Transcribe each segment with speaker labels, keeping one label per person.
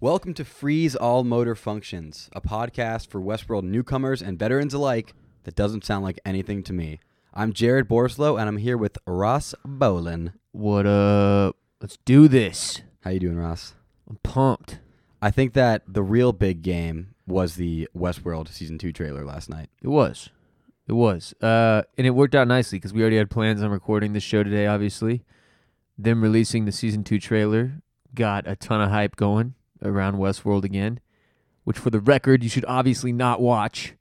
Speaker 1: Welcome to Freeze All Motor Functions, a podcast for Westworld newcomers and veterans alike that doesn't sound like anything to me. I'm Jared Borslow, and I'm here with Ross Bolin.
Speaker 2: What up? Let's do this.
Speaker 1: How you doing, Ross?
Speaker 2: I'm pumped.
Speaker 1: I think that the real big game was the Westworld season two trailer last night.
Speaker 2: It was. It was. Uh, and it worked out nicely because we already had plans on recording this show today, obviously. Them releasing the season two trailer got a ton of hype going around Westworld again, which, for the record, you should obviously not watch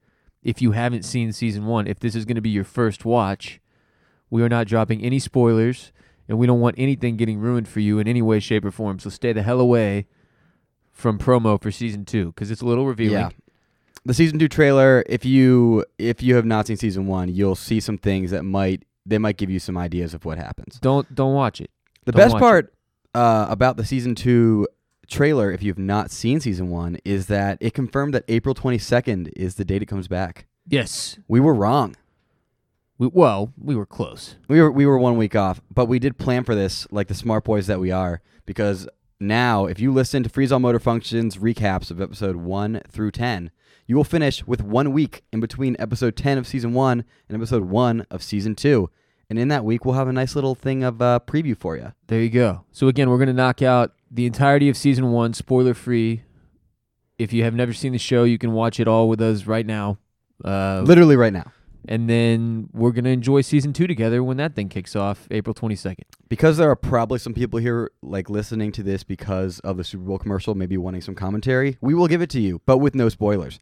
Speaker 2: if you haven't seen season one. If this is going to be your first watch, we are not dropping any spoilers and we don't want anything getting ruined for you in any way, shape, or form. So stay the hell away from promo for season two because it's a little revealing.
Speaker 1: The season two trailer, if you if you have not seen season one, you'll see some things that might they might give you some ideas of what happens.
Speaker 2: Don't don't watch it.
Speaker 1: The
Speaker 2: Don't
Speaker 1: best
Speaker 2: watch
Speaker 1: part uh, about the season two trailer, if you've not seen season one, is that it confirmed that April 22nd is the date it comes back.
Speaker 2: Yes.
Speaker 1: We were wrong.
Speaker 2: We, well, we were close.
Speaker 1: We were we were one week off, but we did plan for this like the smart boys that we are because now if you listen to Freeze All Motor Functions recaps of episode 1 through 10, you will finish with 1 week in between episode 10 of season 1 and episode 1 of season 2. And in that week we'll have a nice little thing of uh, preview for you.
Speaker 2: There you go. So again, we're going to knock out the entirety of season 1 spoiler free. If you have never seen the show, you can watch it all with us right now. Uh,
Speaker 1: Literally right now.
Speaker 2: and then we're going to enjoy season 2 together when that thing kicks off April 22nd.
Speaker 1: because there are probably some people here like listening to this because of the Super Bowl commercial, maybe wanting some commentary, we will give it to you, but with no spoilers.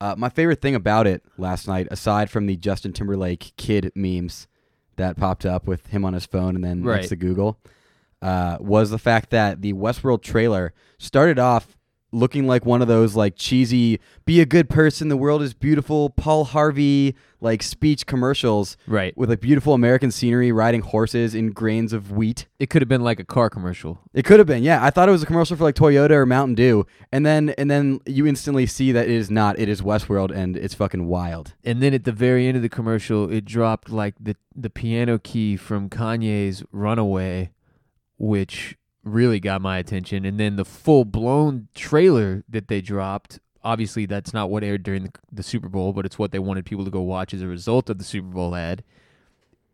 Speaker 1: Uh, my favorite thing about it last night, aside from the Justin Timberlake kid memes that popped up with him on his phone and then next
Speaker 2: Right.
Speaker 1: to Google, uh, was the fact that the Westworld trailer started off looking like one of those like cheesy "Be a good person, the world is beautiful" Paul Harvey like speech commercials
Speaker 2: Right.
Speaker 1: with like beautiful American scenery, riding horses in grains of wheat.
Speaker 2: It could have been like a car commercial.
Speaker 1: It could have been, yeah. I thought it was a commercial for like Toyota or Mountain Dew, and then and then you instantly see that it is not. It is Westworld, and it's fucking wild.
Speaker 2: And then at the very end of the commercial, it dropped like the the piano key from Kanye's Runaway, which really got my attention. And then the full blown trailer that they dropped. Obviously, that's not what aired during the, the Super Bowl, but it's what they wanted people to go watch as a result of the Super Bowl ad.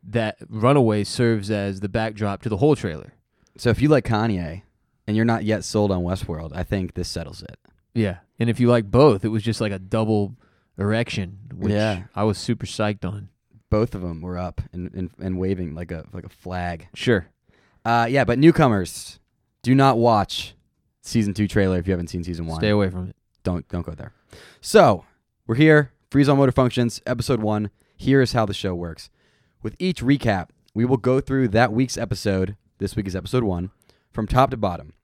Speaker 2: That Runaway serves as the backdrop to the whole trailer.
Speaker 1: So if you like Kanye, and you're not yet sold on Westworld, I think this settles it.
Speaker 2: Yeah. And if you like both, it was just like a double erection, which
Speaker 1: Yeah.
Speaker 2: I was super psyched on.
Speaker 1: Both of them were up and and, and waving like a like a flag.
Speaker 2: Sure.
Speaker 1: Uh, yeah, but newcomers, do not watch season two trailer if you haven't seen season one.
Speaker 2: Stay away from it.
Speaker 1: don't don't go there. So we're here, Freeze on Motor Functions, episode one. Here is how the show works. With each recap, we will go through that week's episode. This week is episode one, from top to bottom,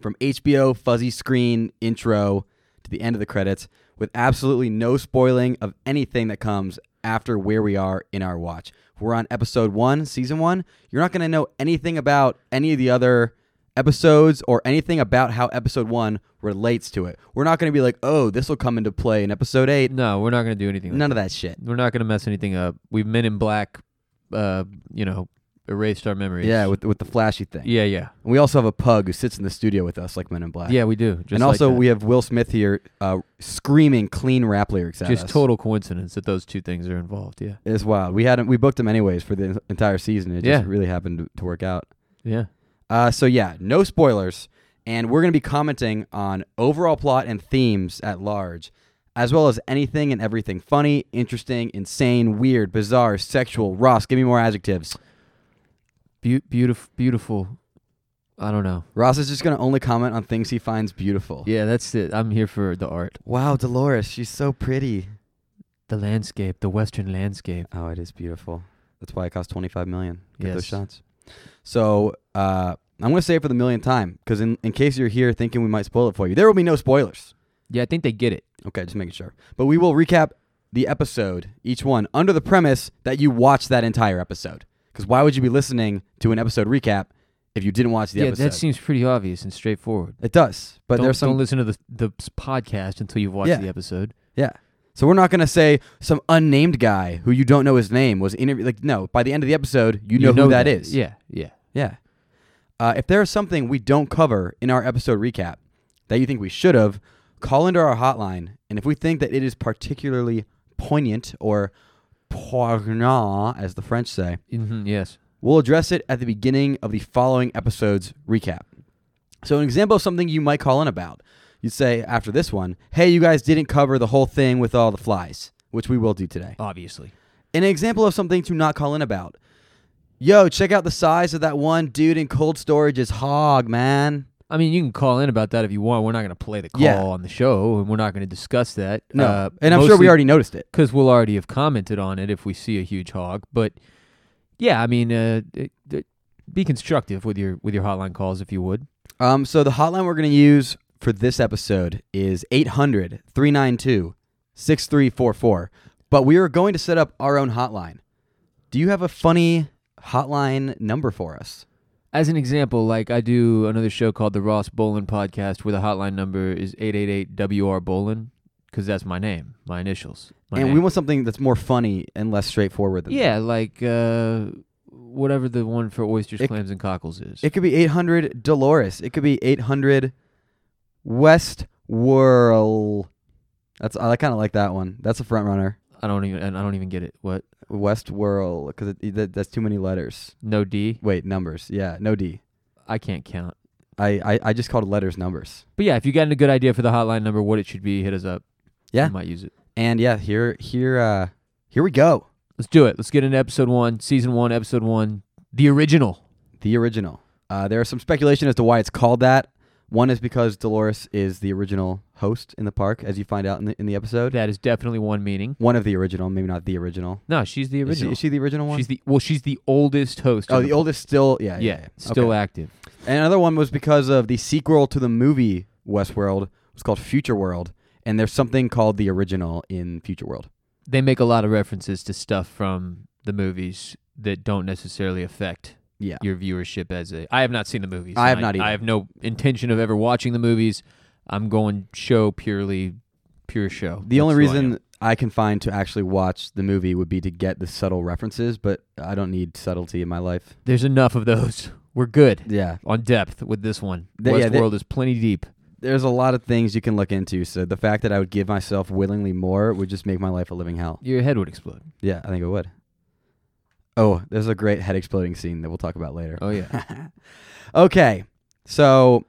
Speaker 1: from HBO fuzzy screen intro to the end of the credits, with absolutely no spoiling of anything that comes after where we are in our watch. If We're on episode one, season one. You're not going to know anything about any of the other episodes or anything about how episode one relates to it. We're not going to be like, oh, this will come into play in episode eight.
Speaker 2: No, we're not going to do anything. like
Speaker 1: None of that shit.
Speaker 2: We're not gonna mess anything up. We've Men in Black, uh, you know, erased our memories.
Speaker 1: Yeah, with, with the flashy thing.
Speaker 2: yeah, yeah,
Speaker 1: And we also have a pug who sits in the studio with us, like Men in Black.
Speaker 2: yeah. We do. Just
Speaker 1: and
Speaker 2: like
Speaker 1: also,
Speaker 2: that.
Speaker 1: we have Will Smith here uh, screaming clean rap lyrics at
Speaker 2: just
Speaker 1: us.
Speaker 2: total coincidence that those two things are involved. Yeah,
Speaker 1: It's wild. We had him, we booked him anyways for the entire season. It just
Speaker 2: Yeah.
Speaker 1: really happened to, to work out.
Speaker 2: yeah.
Speaker 1: Uh, so yeah, no spoilers, and we're gonna be commenting on overall plot and themes at large, as well as anything and everything funny, interesting, insane, weird, bizarre, sexual. Ross, give me more adjectives.
Speaker 2: Be- beautiful, beautiful. I don't know.
Speaker 1: Ross is just gonna only comment on things he finds beautiful.
Speaker 2: Yeah, that's it. I'm here for the art,
Speaker 1: Wow, Dolores, she's so pretty.
Speaker 2: the landscape, the Western landscape.
Speaker 1: Oh, it is beautiful. That's why it costs twenty five million. Get those
Speaker 2: Yes.
Speaker 1: shots. So uh, I'm going to say it for the millionth time because in, in case you're here thinking we might spoil it for you, there will be no spoilers.
Speaker 2: Yeah, I think they get it.
Speaker 1: Okay, just making sure. But we will recap the episode, each one, under the premise that you watched that entire episode. Because why would you be listening to an episode recap if you didn't watch the
Speaker 2: yeah,
Speaker 1: episode?
Speaker 2: that seems pretty obvious and straightforward.
Speaker 1: it does, but
Speaker 2: don't,
Speaker 1: there's some
Speaker 2: don't listen to the the s- podcast until you've watched
Speaker 1: Yeah.
Speaker 2: the episode.
Speaker 1: Yeah. So we're not going to say some unnamed guy who you don't know his name was interviewed. Like, no, by the end of the episode, you know, who that is.
Speaker 2: Yeah, yeah.
Speaker 1: Yeah. Uh, if there is something we don't cover in our episode recap, that you think we should have, call into our hotline. And if we think that it is particularly poignant or poignant, as the French say,
Speaker 2: hmm yes.
Speaker 1: We'll address it at the beginning of the following episode's recap. So, an example of something you might call in about. You'd say after this one, hey, you guys didn't cover the whole thing with all the flies, which we will do today.
Speaker 2: Obviously.
Speaker 1: An example of something to not call in about. Yo, check out the size of that one dude in cold storage is hog, man.
Speaker 2: I mean, you can call in about that if you want. We're not going to play the call
Speaker 1: Yeah.
Speaker 2: on the show, and we're not going to discuss that.
Speaker 1: No. Uh, and I'm sure we already noticed it.
Speaker 2: because we'll already have commented on it if we see a huge hog. But yeah, I mean, uh, it- it- be constructive with your with your hotline calls if you would.
Speaker 1: Um, so the hotline we're going to use for this episode is 800 392 6344. But we are going to set up our own hotline. Do you have a funny hotline number for us?
Speaker 2: As an example, like I do another show called the Ross Bolin Podcast, where the hotline number is eight eight eight WR Bolin, because that's my name, my initials. My
Speaker 1: and
Speaker 2: name.
Speaker 1: we want something that's more funny and less straightforward than
Speaker 2: yeah, like uh, whatever the one for oysters,
Speaker 1: It-
Speaker 2: clams, and cockles is.
Speaker 1: It could be 800 Dolores. It could be 800 West Whirl. That's I kind of like that one. That's a front runner.
Speaker 2: I don't even and I don't even get it. What?
Speaker 1: West Whirl because that, that's too many letters.
Speaker 2: No D.
Speaker 1: Wait, numbers. Yeah, no D.
Speaker 2: I can't count.
Speaker 1: I, I, I just called letters numbers.
Speaker 2: But yeah, if you got a good idea for the hotline number, what it should be, hit us up.
Speaker 1: Yeah.
Speaker 2: we might use it.
Speaker 1: And yeah, here here uh here we go.
Speaker 2: Let's do it. Let's get into episode one, season one, episode one, the original.
Speaker 1: The original. Uh there is some speculation as to why it's called that. One is because Dolores is the original host in the park, as you find out in the, in the episode.
Speaker 2: That is definitely one meaning.
Speaker 1: One of the original, maybe not the original.
Speaker 2: No, she's the
Speaker 1: Is she,
Speaker 2: original.
Speaker 1: is she the original one?
Speaker 2: she's the well, she's the oldest host.
Speaker 1: oh,
Speaker 2: of
Speaker 1: the oldest still. Yeah, yeah.
Speaker 2: yeah,
Speaker 1: yeah.
Speaker 2: still
Speaker 1: Okay.
Speaker 2: active.
Speaker 1: And another one was because of the sequel to the movie Westworld. It's called Future World, and there's something called the original in Future World.
Speaker 2: They make a lot of references to stuff from the movies that don't necessarily affect
Speaker 1: Yeah.
Speaker 2: your viewership as a. I have not seen the movies.
Speaker 1: I have
Speaker 2: and
Speaker 1: not either.
Speaker 2: I have no intention of ever watching the movies. I'm going show purely, pure show.
Speaker 1: The only
Speaker 2: That's who I am.
Speaker 1: reason I can find to actually watch the movie would be to get the subtle references, but I don't need subtlety in my life.
Speaker 2: there's enough of those. We're good.
Speaker 1: Yeah.
Speaker 2: on depth with this one.
Speaker 1: They- yeah, they-
Speaker 2: Westworld is plenty deep.
Speaker 1: There's a lot of things you can look into, so the fact that I would give myself willingly more would just make my life a living hell.
Speaker 2: Your head would explode.
Speaker 1: Yeah, I think it would. Oh, there's a great head exploding scene that we'll talk about later.
Speaker 2: Oh yeah.
Speaker 1: Okay. So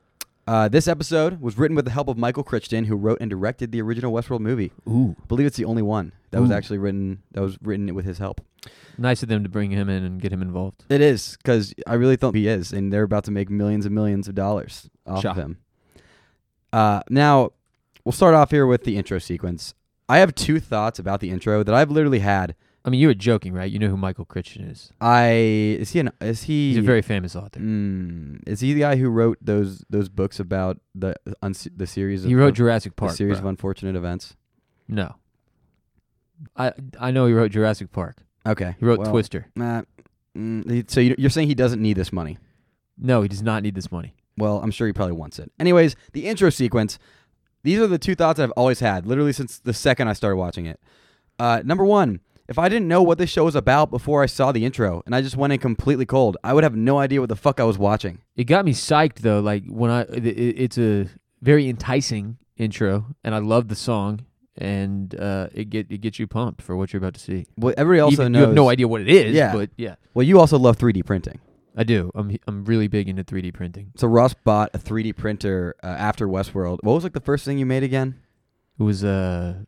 Speaker 1: uh, this episode was written with the help of Michael Crichton, who wrote and directed the original Westworld movie.
Speaker 2: Ooh.
Speaker 1: I believe it's the only one that was
Speaker 2: Ooh.
Speaker 1: actually written that was written with his help.
Speaker 2: Nice of them to bring him in and get him involved.
Speaker 1: It is because I really think he is, and they're about to make millions and millions of dollars off
Speaker 2: Sure.
Speaker 1: of him. Uh, now, we'll start off here with the intro sequence. I have two thoughts about the intro that I've literally had.
Speaker 2: I mean, you were joking, right? You know who Michael Crichton is.
Speaker 1: I is he an is he
Speaker 2: He's a very famous author.
Speaker 1: mm, is he the guy who wrote those those books about the uns the series? Of,
Speaker 2: He wrote
Speaker 1: of-
Speaker 2: Jurassic
Speaker 1: the
Speaker 2: Park.
Speaker 1: series of
Speaker 2: bro.
Speaker 1: unfortunate events.
Speaker 2: No. I I know he wrote Jurassic Park.
Speaker 1: Okay,
Speaker 2: He wrote
Speaker 1: well,
Speaker 2: Twister.
Speaker 1: uh, mm, he- so you- you're saying he doesn't need this money?
Speaker 2: No, he does not need this money.
Speaker 1: Well, I'm sure he probably wants it. Anyways, the intro sequence. These are the two thoughts I've always had, literally since the second I started watching it. Uh, number one, if I didn't know what this show was about before I saw the intro and I just went in completely cold, I would have no idea what the fuck I was watching.
Speaker 2: It got me psyched though. Like when I, it, it- it's a very enticing intro, and I love the song, and uh, it get it gets you pumped for what you're about to see.
Speaker 1: Well, everybody also
Speaker 2: Even-
Speaker 1: knows.
Speaker 2: you have no idea what it is.
Speaker 1: Yeah.
Speaker 2: but yeah.
Speaker 1: Well, you also love 3D printing.
Speaker 2: I do. I'm I'm really big into 3D printing.
Speaker 1: So Ross bought a 3D printer uh, after Westworld. What was like the first thing you made again?
Speaker 2: It was a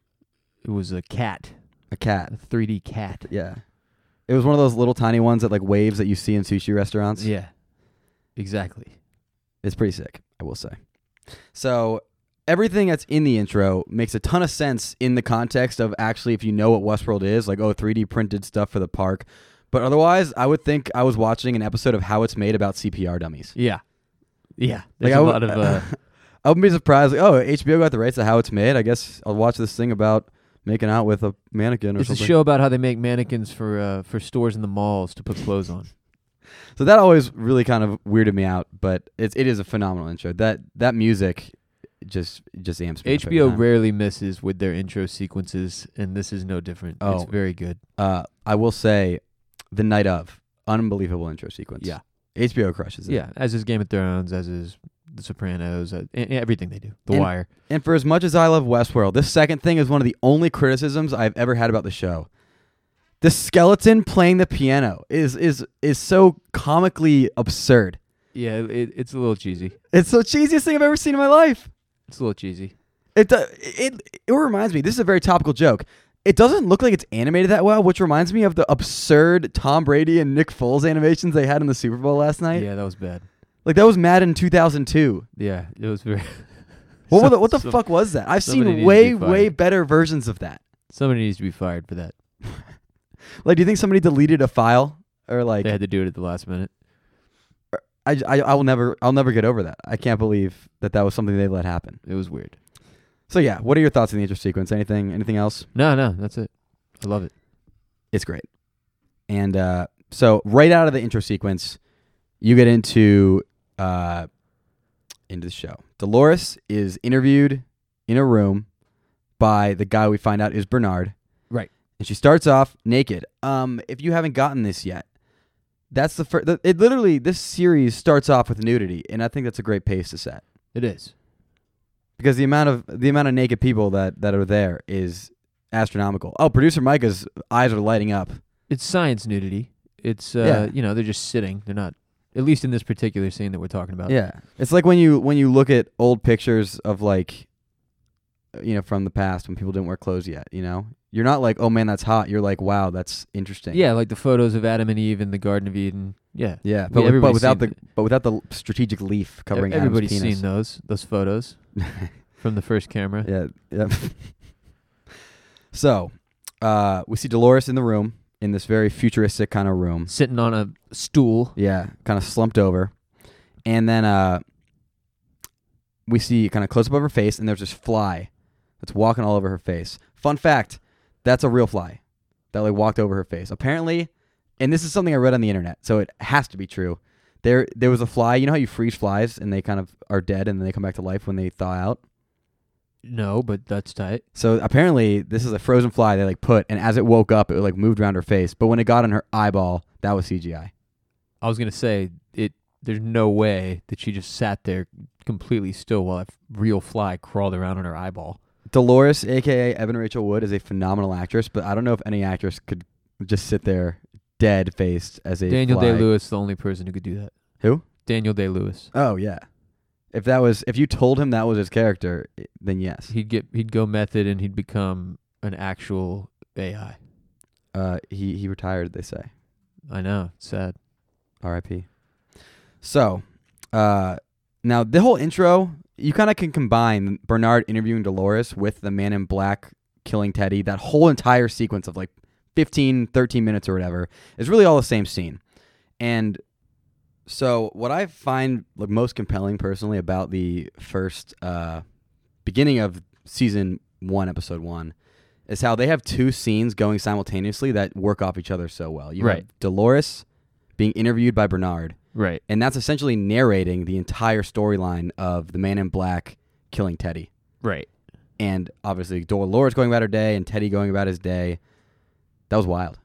Speaker 2: it was a cat,
Speaker 1: A
Speaker 2: a
Speaker 1: cat.
Speaker 2: 3D cat.
Speaker 1: Yeah. It was one of those little tiny ones that like waves that you see in sushi restaurants.
Speaker 2: Yeah. Exactly.
Speaker 1: It's pretty sick, I will say. So everything that's in the intro makes a ton of sense in the context of actually if you know what Westworld is, like oh 3D printed stuff for the park. But otherwise, I would think I was watching an episode of How It's Made about CPR dummies.
Speaker 2: Yeah. Yeah. There's
Speaker 1: I
Speaker 2: a
Speaker 1: would-
Speaker 2: lot of uh,
Speaker 1: I wouldn't be surprised. Like, oh, HBO got the rights to How It's Made. I guess I'll watch this thing about making out with a mannequin or
Speaker 2: it's a
Speaker 1: something.
Speaker 2: show about how they make mannequins for uh, for stores in the malls to put clothes on.
Speaker 1: So that always really kind of weirded me out. But it's it is a phenomenal intro. That that music just just amps me. up every
Speaker 2: HBO
Speaker 1: time.
Speaker 2: rarely misses with their intro sequences, and this is no different.
Speaker 1: Oh.
Speaker 2: It's very good.
Speaker 1: uh, I will say, the night of unbelievable intro sequence.
Speaker 2: Yeah.
Speaker 1: HBO crushes it.
Speaker 2: Yeah, as is Game of Thrones, as is The Sopranos, uh, e- everything they do. The
Speaker 1: And-
Speaker 2: Wire.
Speaker 1: And for as much as I love Westworld, this second thing is one of the only criticisms I've ever had about the show. The skeleton playing the piano is is is so comically absurd.
Speaker 2: Yeah, it, it's a little cheesy.
Speaker 1: It's the cheesiest thing I've ever seen in my life.
Speaker 2: It's a little cheesy.
Speaker 1: It do- it it reminds me. This is a very topical joke. It doesn't look like it's animated that well, which reminds me of the absurd Tom Brady and Nick Foles animations they had in the Super Bowl last night.
Speaker 2: yeah, that was bad.
Speaker 1: Like that was Madden 2002.
Speaker 2: Yeah, it was very.
Speaker 1: What were
Speaker 2: Some-
Speaker 1: the, what the
Speaker 2: some-
Speaker 1: fuck was that? I've
Speaker 2: somebody needs
Speaker 1: seen
Speaker 2: to
Speaker 1: way
Speaker 2: be fired.
Speaker 1: way better versions of that.
Speaker 2: Somebody needs to be fired for that.
Speaker 1: Like, do you think somebody deleted a file or like?
Speaker 2: they had to do it at the last minute.
Speaker 1: I, I, I will never I'll never get over that. I can't believe that that was something they let happen.
Speaker 2: It was weird.
Speaker 1: So yeah, what are your thoughts on the intro sequence? Anything anything else?
Speaker 2: No, no, that's it. I love it.
Speaker 1: It's great. And uh, so right out of the intro sequence, you get into uh, into the show. Dolores is interviewed in a room by the guy we find out is Bernard.
Speaker 2: Right.
Speaker 1: And she starts off naked. Um, if you haven't gotten this yet, that's the first. It literally this series starts off with nudity, and I think that's a great pace to set.
Speaker 2: It is.
Speaker 1: because the amount of the amount of naked people that that are there is astronomical. Oh, producer Micah's eyes are lighting up.
Speaker 2: It's science nudity. It's uh,
Speaker 1: Yeah.
Speaker 2: you know, they're just sitting. They're not at least in this particular scene that we're talking about.
Speaker 1: Yeah, it's like when you when you look at old pictures of like, you know, from the past when people didn't wear clothes yet. You know, you're not like, oh man, that's hot. You're like, wow, that's interesting.
Speaker 2: Yeah, like the photos of Adam and Eve in the Garden of Eden. Yeah.
Speaker 1: yeah, but,
Speaker 2: Yeah,
Speaker 1: with- but
Speaker 2: everybody's
Speaker 1: without the
Speaker 2: seen
Speaker 1: but without the strategic leaf covering Adam's
Speaker 2: Everybody's
Speaker 1: penis.
Speaker 2: seen those those photos from the first camera.
Speaker 1: Yeah, yeah. so, uh, we see Dolores in the room in this very futuristic kind of room.
Speaker 2: Sitting on a stool.
Speaker 1: Yeah, kind of slumped over. And then uh we see kind of close up of her face and there's this fly that's walking all over her face. Fun fact, that's a real fly that like walked over her face. Apparently, and this is something I read on the internet, so it has to be true. There there was a fly, you know how you freeze flies and they kind of are dead and then they come back to life when they thaw out?
Speaker 2: No, but that's tight.
Speaker 1: So apparently this is a frozen fly they like put and as it woke up it like moved around her face, but when it got on her eyeball, that was CGI.
Speaker 2: I was gonna say it. There's no way that she just sat there completely still while a f- real fly crawled around on her eyeball.
Speaker 1: Dolores, aka Evan Rachel Wood, is a phenomenal actress, but I don't know if any actress could just sit there dead faced as a
Speaker 2: Daniel
Speaker 1: fly.
Speaker 2: Day Lewis, the only person who could do that.
Speaker 1: Who?
Speaker 2: Daniel Day Lewis.
Speaker 1: Oh yeah. If that was if you told him that was his character, i- then yes.
Speaker 2: He'd get he'd go method and he'd become an actual AI.
Speaker 1: Uh, he he retired. They say.
Speaker 2: I know. It's sad.
Speaker 1: R.I.P. So, uh, now the whole intro, you kind of can combine Bernard interviewing Dolores with the man in black killing Teddy. That whole entire sequence of like 15, 13 minutes or whatever is really all the same scene. And so, what I find like most compelling personally about the first uh, beginning of season one, episode one, is how they have two scenes going simultaneously that work off each other so well. You
Speaker 2: Right.
Speaker 1: have Dolores being interviewed by Bernard,
Speaker 2: Right.
Speaker 1: and that's essentially narrating the entire storyline of the Man in Black killing Teddy,
Speaker 2: Right.
Speaker 1: and obviously Dolores going about her day and Teddy going about his day. That was wild.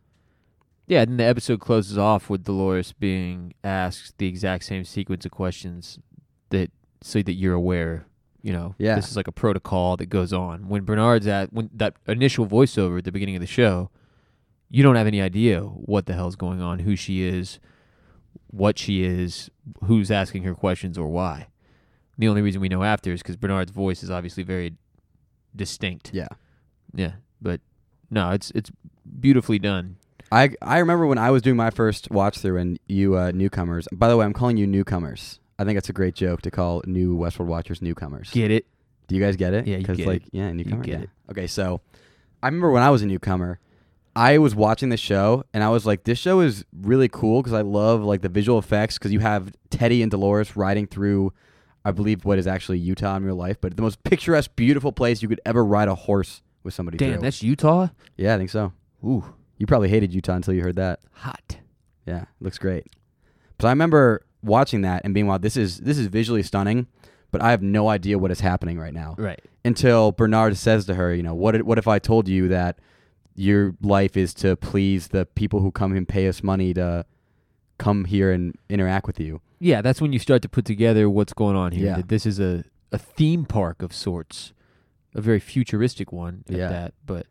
Speaker 2: Yeah, and the episode closes off with Dolores being asked the exact same sequence of questions that so that you're aware, you know,
Speaker 1: Yeah.
Speaker 2: this is like a protocol that goes on. When Bernard's at when that initial voiceover at the beginning of the show, you don't have any idea what the hell's going on, who she is, what she is, who's asking her questions or why. The only reason we know after is because Bernard's voice is obviously very distinct.
Speaker 1: Yeah.
Speaker 2: Yeah, but no, it's it's beautifully done.
Speaker 1: I I remember when I was doing my first watch through and you uh, newcomers. By the way, I'm calling you newcomers. I think it's a great joke to call new Westworld watchers newcomers.
Speaker 2: Get it?
Speaker 1: Do you guys get it?
Speaker 2: Yeah, you
Speaker 1: 'Cause,
Speaker 2: get
Speaker 1: like,
Speaker 2: it.
Speaker 1: Yeah, newcomer.
Speaker 2: get
Speaker 1: yeah.
Speaker 2: it.
Speaker 1: Okay, so I remember when I was a newcomer, I was watching the show and I was like, this show is really cool because I love like the visual effects because you have Teddy and Dolores riding through, I believe what is actually Utah in real life, but the most picturesque, beautiful place you could ever ride a horse with somebody.
Speaker 2: Damn,
Speaker 1: through.
Speaker 2: that's Utah.
Speaker 1: yeah, I think so.
Speaker 2: Ooh,
Speaker 1: You probably hated Utah until you heard that.
Speaker 2: hot.
Speaker 1: Yeah, looks great. But I remember watching that and being, wow, this is this is visually stunning, but I have no idea what is happening right now
Speaker 2: Right.
Speaker 1: until Bernard says to her, you know, what if- what if I told you that your life is to please the people who come and pay us money to come here and interact with you.
Speaker 2: Yeah, that's when you start to put together what's going on here.
Speaker 1: Yeah.
Speaker 2: That this is a, a theme park of sorts, a very futuristic one at
Speaker 1: Yeah.
Speaker 2: that. But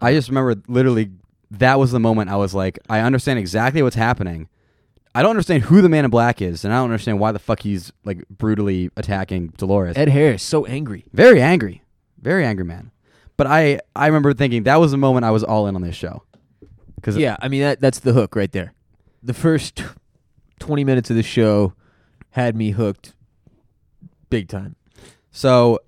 Speaker 1: I just remember literally that was the moment I was like, I understand exactly what's happening. I don't understand who the man in black is, and I don't understand why the fuck he's like brutally attacking Dolores.
Speaker 2: Ed Harris so angry.
Speaker 1: very angry, very angry man. But I I remember thinking that was the moment I was all in on this show. Cause
Speaker 2: Yeah, I mean that that's the hook right there. The first twenty minutes of the show had me hooked, big time.
Speaker 1: So,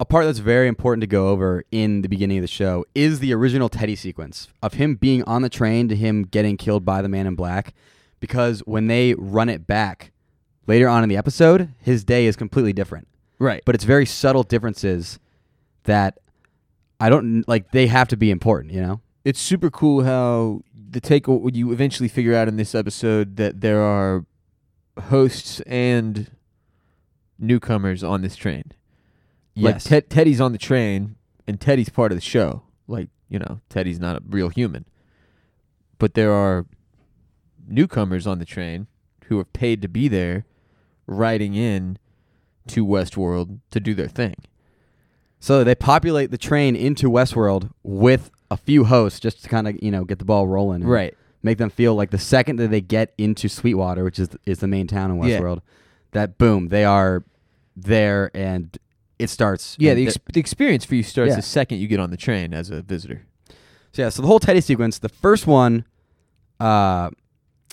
Speaker 1: a part that's very important to go over in the beginning of the show is the original Teddy sequence of him being on the train to him getting killed by the man in black. Because when they run it back later on in the episode, his day is completely different.
Speaker 2: Right.
Speaker 1: But it's very subtle differences that I don't like, they have to be important, you know?
Speaker 2: it's super cool how the take you eventually figure out in this episode that there are hosts and newcomers on this train.
Speaker 1: Yes.
Speaker 2: Like Ted, Teddy's on the train and Teddy's part of the show. Like, you know, Teddy's not a real human. But there are newcomers on the train who are paid to be there riding in to Westworld to do their thing.
Speaker 1: so they populate the train into Westworld with a few hosts just to kind of, you know, get the ball rolling.
Speaker 2: Mm-hmm.
Speaker 1: and make them feel like the second that they get into Sweetwater, which is is the main town in
Speaker 2: Yeah.
Speaker 1: Westworld, that boom, they are there and it starts.
Speaker 2: Yeah,
Speaker 1: And
Speaker 2: the,
Speaker 1: th-
Speaker 2: ex- the experience for you starts
Speaker 1: Yeah.
Speaker 2: the second you get on the train as a visitor.
Speaker 1: so yeah, so the whole Teddy sequence, the first one, uh,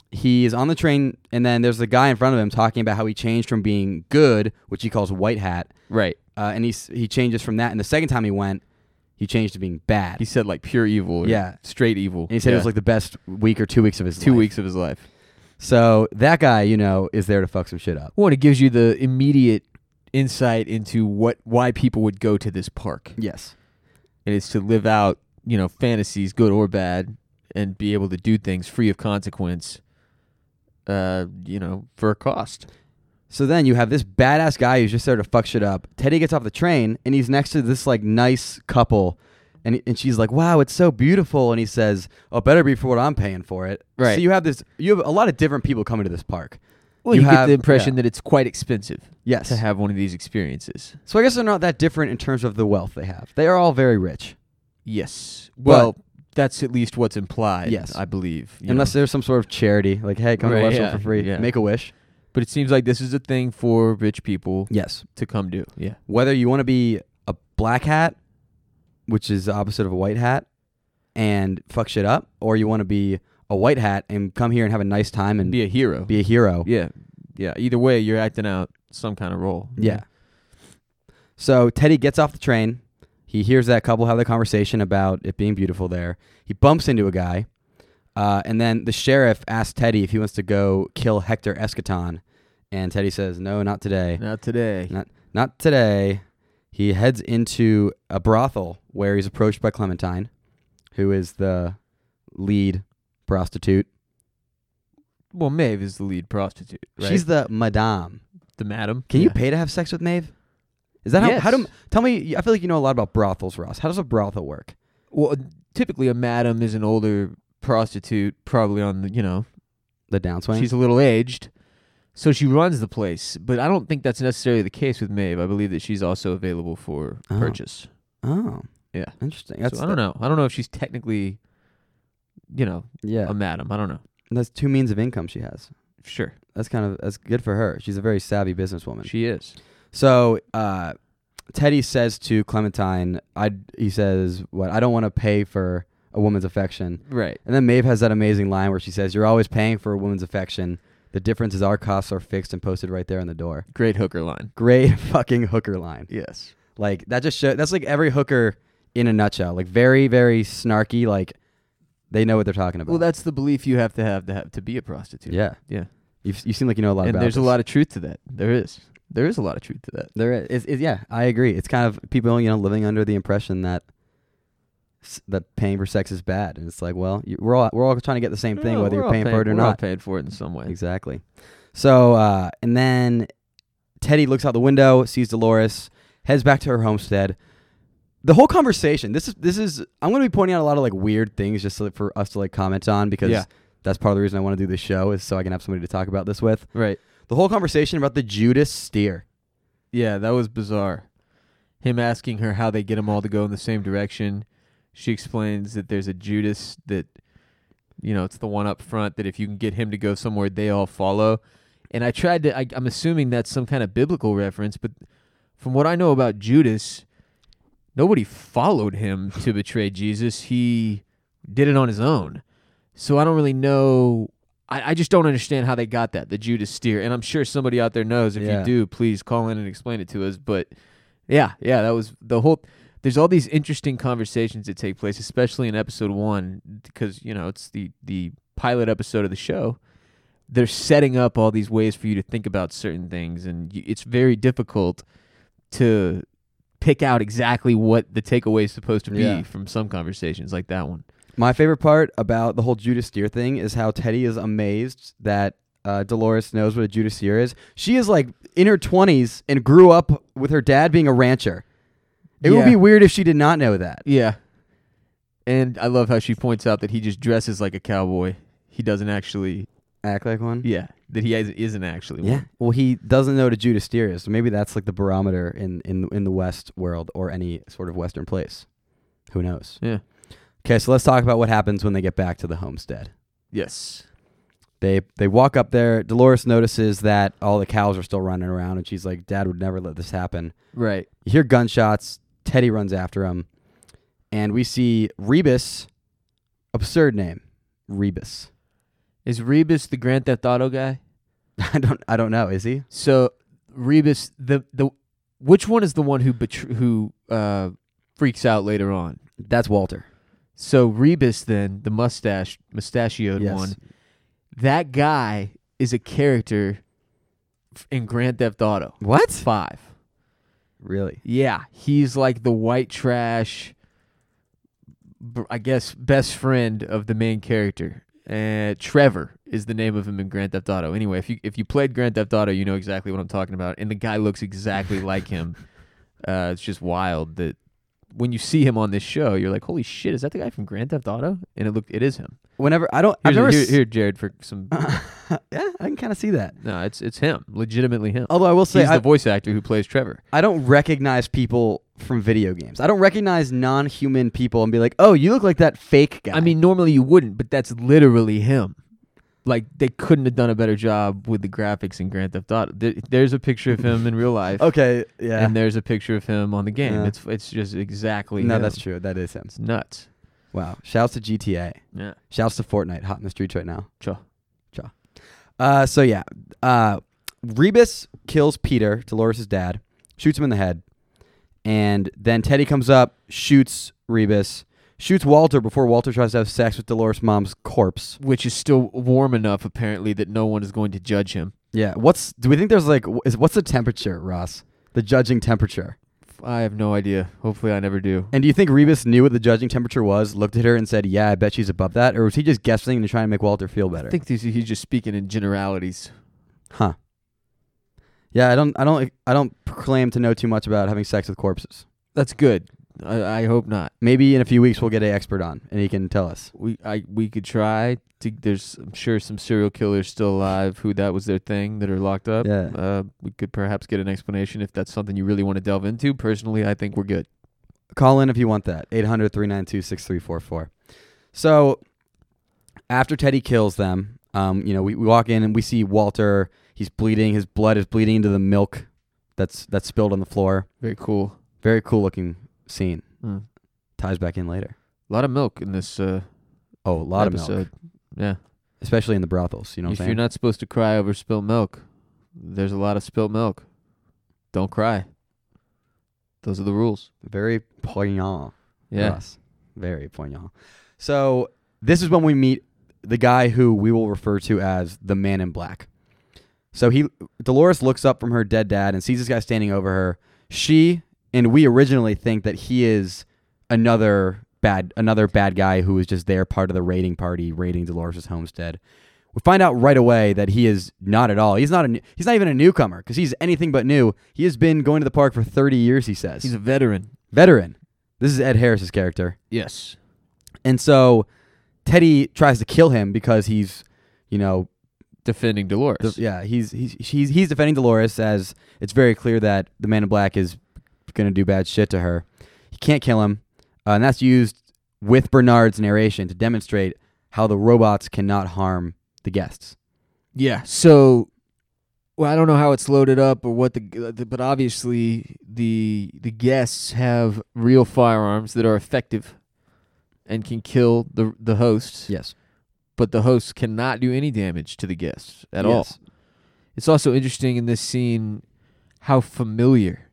Speaker 1: he is on the train, and then there's the guy in front of him talking about how he changed from being good, which he calls white hat,
Speaker 2: Right.
Speaker 1: uh, and he s- he changes from that. And the second time he went, he changed to being bad.
Speaker 2: He said like pure evil. Or
Speaker 1: Yeah.
Speaker 2: Straight evil.
Speaker 1: and he said it was like the best week or two weeks of his
Speaker 2: two
Speaker 1: life.
Speaker 2: weeks of his life.
Speaker 1: So that guy, you know, is there to fuck some shit up.
Speaker 2: One, it gives you the immediate insight into what why people would go to this park,
Speaker 1: Yes.
Speaker 2: and it's to live out you know fantasies, good or bad, and be able to do things free of consequence. Uh, you know, for a cost.
Speaker 1: So then you have this badass guy who's just there to fuck shit up. Teddy gets off the train and he's next to this like nice couple, and and she's like, "Wow, it's so beautiful," and he says, "Oh, better be for what I'm paying for it."
Speaker 2: Right.
Speaker 1: So you have this. You have a lot of different people coming to this park.
Speaker 2: Well,
Speaker 1: You
Speaker 2: you, get
Speaker 1: have-
Speaker 2: the impression
Speaker 1: yeah.
Speaker 2: that it's quite expensive
Speaker 1: Yes.
Speaker 2: to have one of these experiences.
Speaker 1: So I guess they're not that different in terms of the wealth they have. They are all very rich,
Speaker 2: Yes. Well, that's at least what's implied.
Speaker 1: Yes.
Speaker 2: I believe. you
Speaker 1: unless
Speaker 2: know.
Speaker 1: there's some sort of charity, like, "Hey, come
Speaker 2: Right,
Speaker 1: to Westworld
Speaker 2: yeah,
Speaker 1: for free,
Speaker 2: yeah.
Speaker 1: make a wish."
Speaker 2: but it seems like this is a thing for rich people
Speaker 1: Yes.
Speaker 2: to come do. Yeah.
Speaker 1: Whether you want to be a black hat, which is the opposite of a white hat, and fuck shit up, or you want to be a white hat and come here and have a nice time and
Speaker 2: Be a hero.
Speaker 1: be a hero.
Speaker 2: Yeah. Yeah. Either way, you're acting out some kind of role.
Speaker 1: Yeah. So Teddy gets off the train. He hears that couple have the conversation about it being beautiful there. He bumps into a guy. Uh, and then the sheriff asks Teddy if he wants to go kill Hector Escaton. And Teddy says, no, not today.
Speaker 2: Not today.
Speaker 1: Not, not today. He heads into a brothel where he's approached by Clementine, who is the lead prostitute.
Speaker 2: Well, Maeve is the lead prostitute, right?
Speaker 1: She's the madame.
Speaker 2: the madam.
Speaker 1: Can you
Speaker 2: Yeah.
Speaker 1: pay to have sex with Maeve? Is that how? How do?
Speaker 2: Yes.
Speaker 1: Tell me. I feel like you know a lot about brothels, Ross. How does a brothel work?
Speaker 2: Well, typically a madam is an older prostitute, probably on the, you know,
Speaker 1: The downswing.
Speaker 2: she's a little aged. So she runs the place, but I don't think that's necessarily the case with Maeve. I believe that she's also available for
Speaker 1: Oh.
Speaker 2: purchase.
Speaker 1: oh,
Speaker 2: Yeah.
Speaker 1: interesting. That's
Speaker 2: so I don't know. I don't know if she's technically, you know,
Speaker 1: yeah.
Speaker 2: a madam. I don't know.
Speaker 1: that's two means of income she has.
Speaker 2: Sure,
Speaker 1: That's kind of that's good for her. She's a very savvy businesswoman.
Speaker 2: she is.
Speaker 1: so uh, Teddy says to Clementine, "I." He says, "What? I don't want to pay for a woman's affection."
Speaker 2: Right.
Speaker 1: And then Maeve has that amazing line where she says, "You're always paying for a woman's affection. The difference is our costs are fixed and posted right there on the door."
Speaker 2: Great hooker line.
Speaker 1: Great fucking hooker line.
Speaker 2: Yes.
Speaker 1: Like that just show that's like every hooker in a nutshell. Like very, very snarky, like they know what they're talking about.
Speaker 2: Well, that's the belief you have to have to have to be a prostitute.
Speaker 1: yeah.
Speaker 2: Yeah.
Speaker 1: You've, you seem like you know a lot
Speaker 2: And
Speaker 1: about
Speaker 2: there's a
Speaker 1: this.
Speaker 2: lot of truth to that. There is. There is a lot of truth to that.
Speaker 1: there is, is- yeah, I agree. It's kind of people, you know, living under the impression that s- that paying for sex is bad. And it's like, well, you, we're all we're all trying to get the same thing
Speaker 2: Yeah,
Speaker 1: whether
Speaker 2: we're
Speaker 1: you're
Speaker 2: all
Speaker 1: paying, for it or
Speaker 2: we're all
Speaker 1: not.
Speaker 2: paying for it in some way.
Speaker 1: Exactly. So, uh, and then Teddy looks out the window, sees Dolores, heads back to her homestead. The whole conversation. This is this is. I'm going to be pointing out a lot of like weird things just so that for us to like comment on because
Speaker 2: Yeah.
Speaker 1: That's part of the reason I want to do this show is so I can have somebody to talk about this with.
Speaker 2: Right.
Speaker 1: The whole conversation about the Judas steer.
Speaker 2: Yeah, that was bizarre. Him asking her how they get them all to go in the same direction. She explains that there's a Judas that, you know, it's the one up front that if you can get him to go somewhere, they all follow. And I tried to, I, I'm assuming that's some kind of biblical reference, but from what I know about Judas, nobody followed him to betray Jesus. He did it on his own. So I don't really know. I, I just don't understand how they got that, the Judas steer. And I'm sure somebody out there knows. If
Speaker 1: Yeah.
Speaker 2: you do, please call in and explain it to us. But yeah, yeah, that was the whole. There's all these interesting conversations that take place, especially in episode one, because you know it's the the pilot episode of the show. They're setting up all these ways for you to think about certain things, and you, it's very difficult to pick out exactly what the takeaway is supposed to be
Speaker 1: Yeah.
Speaker 2: from some conversations like that one.
Speaker 1: My favorite part about the whole Judas Steer thing is how Teddy is amazed that uh, Dolores knows what a Judas Steer is. She is like in her 20s and grew up with her dad being a rancher. It would
Speaker 2: Yeah.
Speaker 1: be weird if she did not know that.
Speaker 2: Yeah. And I love how she points out that he just dresses like a cowboy. He doesn't actually,
Speaker 1: Act like one?
Speaker 2: yeah, that he is- isn't actually
Speaker 1: Yeah.
Speaker 2: one.
Speaker 1: Well, he doesn't know what a Judas Steer is. So maybe that's like the barometer in, in, in the West world or any sort of Western place. Who knows?
Speaker 2: Yeah.
Speaker 1: Okay, so let's talk about what happens when they get back to the homestead.
Speaker 2: Yes.
Speaker 1: They they walk up there. Dolores notices that all the cows are still running around, and she's like, "Dad would never let this happen."
Speaker 2: Right.
Speaker 1: You hear gunshots. Teddy runs after him, and we see Rebus, absurd name, Rebus.
Speaker 2: Is Rebus the Grand Theft Auto guy?
Speaker 1: I don't I don't know. Is he?
Speaker 2: So Rebus, the the which one is the one who betr- who uh, freaks out later on?
Speaker 1: That's Walter.
Speaker 2: So Rebus, then the mustache mustachioed
Speaker 1: Yes.
Speaker 2: one, that guy is a character f- in Grand Theft Auto
Speaker 1: What?
Speaker 2: Five.
Speaker 1: Really?
Speaker 2: Yeah, he's like the white trash, br- I guess, best friend of the main character. Uh, Trevor is the name of him in Grand Theft Auto. Anyway, if you if you played Grand Theft Auto, you know exactly what I'm talking about. And the guy looks exactly like him. Uh, it's just wild that when you see him on this show, you're like, "Holy shit, is that the guy from Grand Theft Auto?" And it looked, it is him.
Speaker 1: Whenever I don't.
Speaker 2: Here's
Speaker 1: I've never
Speaker 2: a, here,
Speaker 1: s-
Speaker 2: here, Jared, for some.
Speaker 1: yeah, I can kind of see that.
Speaker 2: No, it's it's him, legitimately him.
Speaker 1: Although I will say,
Speaker 2: He's
Speaker 1: I,
Speaker 2: the voice actor who plays Trevor.
Speaker 1: I don't recognize people from video games. I don't recognize non-human people and be like, "Oh, you look like that fake guy."
Speaker 2: I mean, normally you wouldn't, but that's literally him. Like they couldn't have done a better job with the graphics in Grand Theft Auto. There- There's a picture of him in real life,
Speaker 1: okay, yeah.
Speaker 2: and there's a picture of him on the game.
Speaker 1: Yeah.
Speaker 2: It's it's just exactly
Speaker 1: No,
Speaker 2: him.
Speaker 1: that's true. That is him.
Speaker 2: it's nuts.
Speaker 1: Wow. Shouts to GTA.
Speaker 2: Yeah,
Speaker 1: Shouts to Fortnite. Hot in the streets right now.
Speaker 2: Sure.
Speaker 1: Cha. Uh, so yeah, uh, Rebus kills Peter, Dolores' dad, shoots him in the head, and then Teddy comes up, shoots Rebus, shoots Walter before Walter tries to have sex with Dolores' mom's corpse.
Speaker 2: which is still warm enough apparently that no one is going to judge him.
Speaker 1: Yeah. What's do we think there's like wh- is what's the temperature, Ross? The judging temperature.
Speaker 2: I have no idea. Hopefully, I never do.
Speaker 1: And do you think Rebus knew what the judging temperature was, looked at her and said, "Yeah, I bet she's above that," or was he just guessing to try and make Walter feel better?
Speaker 2: I think this, he's just speaking in generalities.
Speaker 1: Huh. Yeah, I don't, I don't, I don't claim to know too much about having sex with corpses.
Speaker 2: That's good. I, I hope not.
Speaker 1: Maybe in a few weeks we'll get an expert on, and he can tell us.
Speaker 2: we I we could try. To, there's I'm sure some serial killers still alive who that was their thing that are locked up.
Speaker 1: Yeah.
Speaker 2: Uh, we could perhaps get an explanation if that's something you really want to delve into. Personally, I think we're good.
Speaker 1: Call in if you want that. 800-392-6344. So after Teddy kills them, um, you know, we, we walk in and we see Walter. He's bleeding. His blood is bleeding into the milk that's that's spilled on the floor.
Speaker 2: Very cool.
Speaker 1: Very cool looking scene.
Speaker 2: Mm.
Speaker 1: Ties back in later.
Speaker 2: A lot of milk in this uh,
Speaker 1: Oh, a lot
Speaker 2: episode.
Speaker 1: of milk,
Speaker 2: Yeah.
Speaker 1: especially in the brothels. You know, what I'm
Speaker 2: if
Speaker 1: saying?
Speaker 2: you're not supposed to cry over spilt milk, there's a lot of spilt milk. Don't cry. Those are the rules.
Speaker 1: very poignant.
Speaker 2: Yeah.
Speaker 1: Yes. Very poignant. So this is when we meet the guy who we will refer to as the man in black. So he Dolores looks up from her dead dad and sees this guy standing over her. She and we originally think that he is another bad another bad guy who is just there part of the raiding party raiding Dolores' homestead. We find out right away that he is not at all. He's not a new- he's not even a newcomer because he's anything but new. He has been going to the park for 30 years, he says
Speaker 2: He's a veteran.
Speaker 1: veteran. This is Ed Harris's character.
Speaker 2: Yes.
Speaker 1: And so Teddy tries to kill him because he's, you know,
Speaker 2: defending Dolores.
Speaker 1: the, yeah, he's he's he's he's defending Dolores as it's very clear that the Man in Black is gonna do bad shit to her. He can't kill him, uh, and that's used with Bernard's narration to demonstrate how the robots cannot harm the guests.
Speaker 2: Yeah. So, well, I don't know how it's loaded up or what the, the but obviously the the guests have real firearms that are effective and can kill the the hosts,
Speaker 1: Yes,
Speaker 2: but the hosts cannot do any damage to the guests at all.
Speaker 1: Yes.
Speaker 2: It's also interesting in this scene how familiar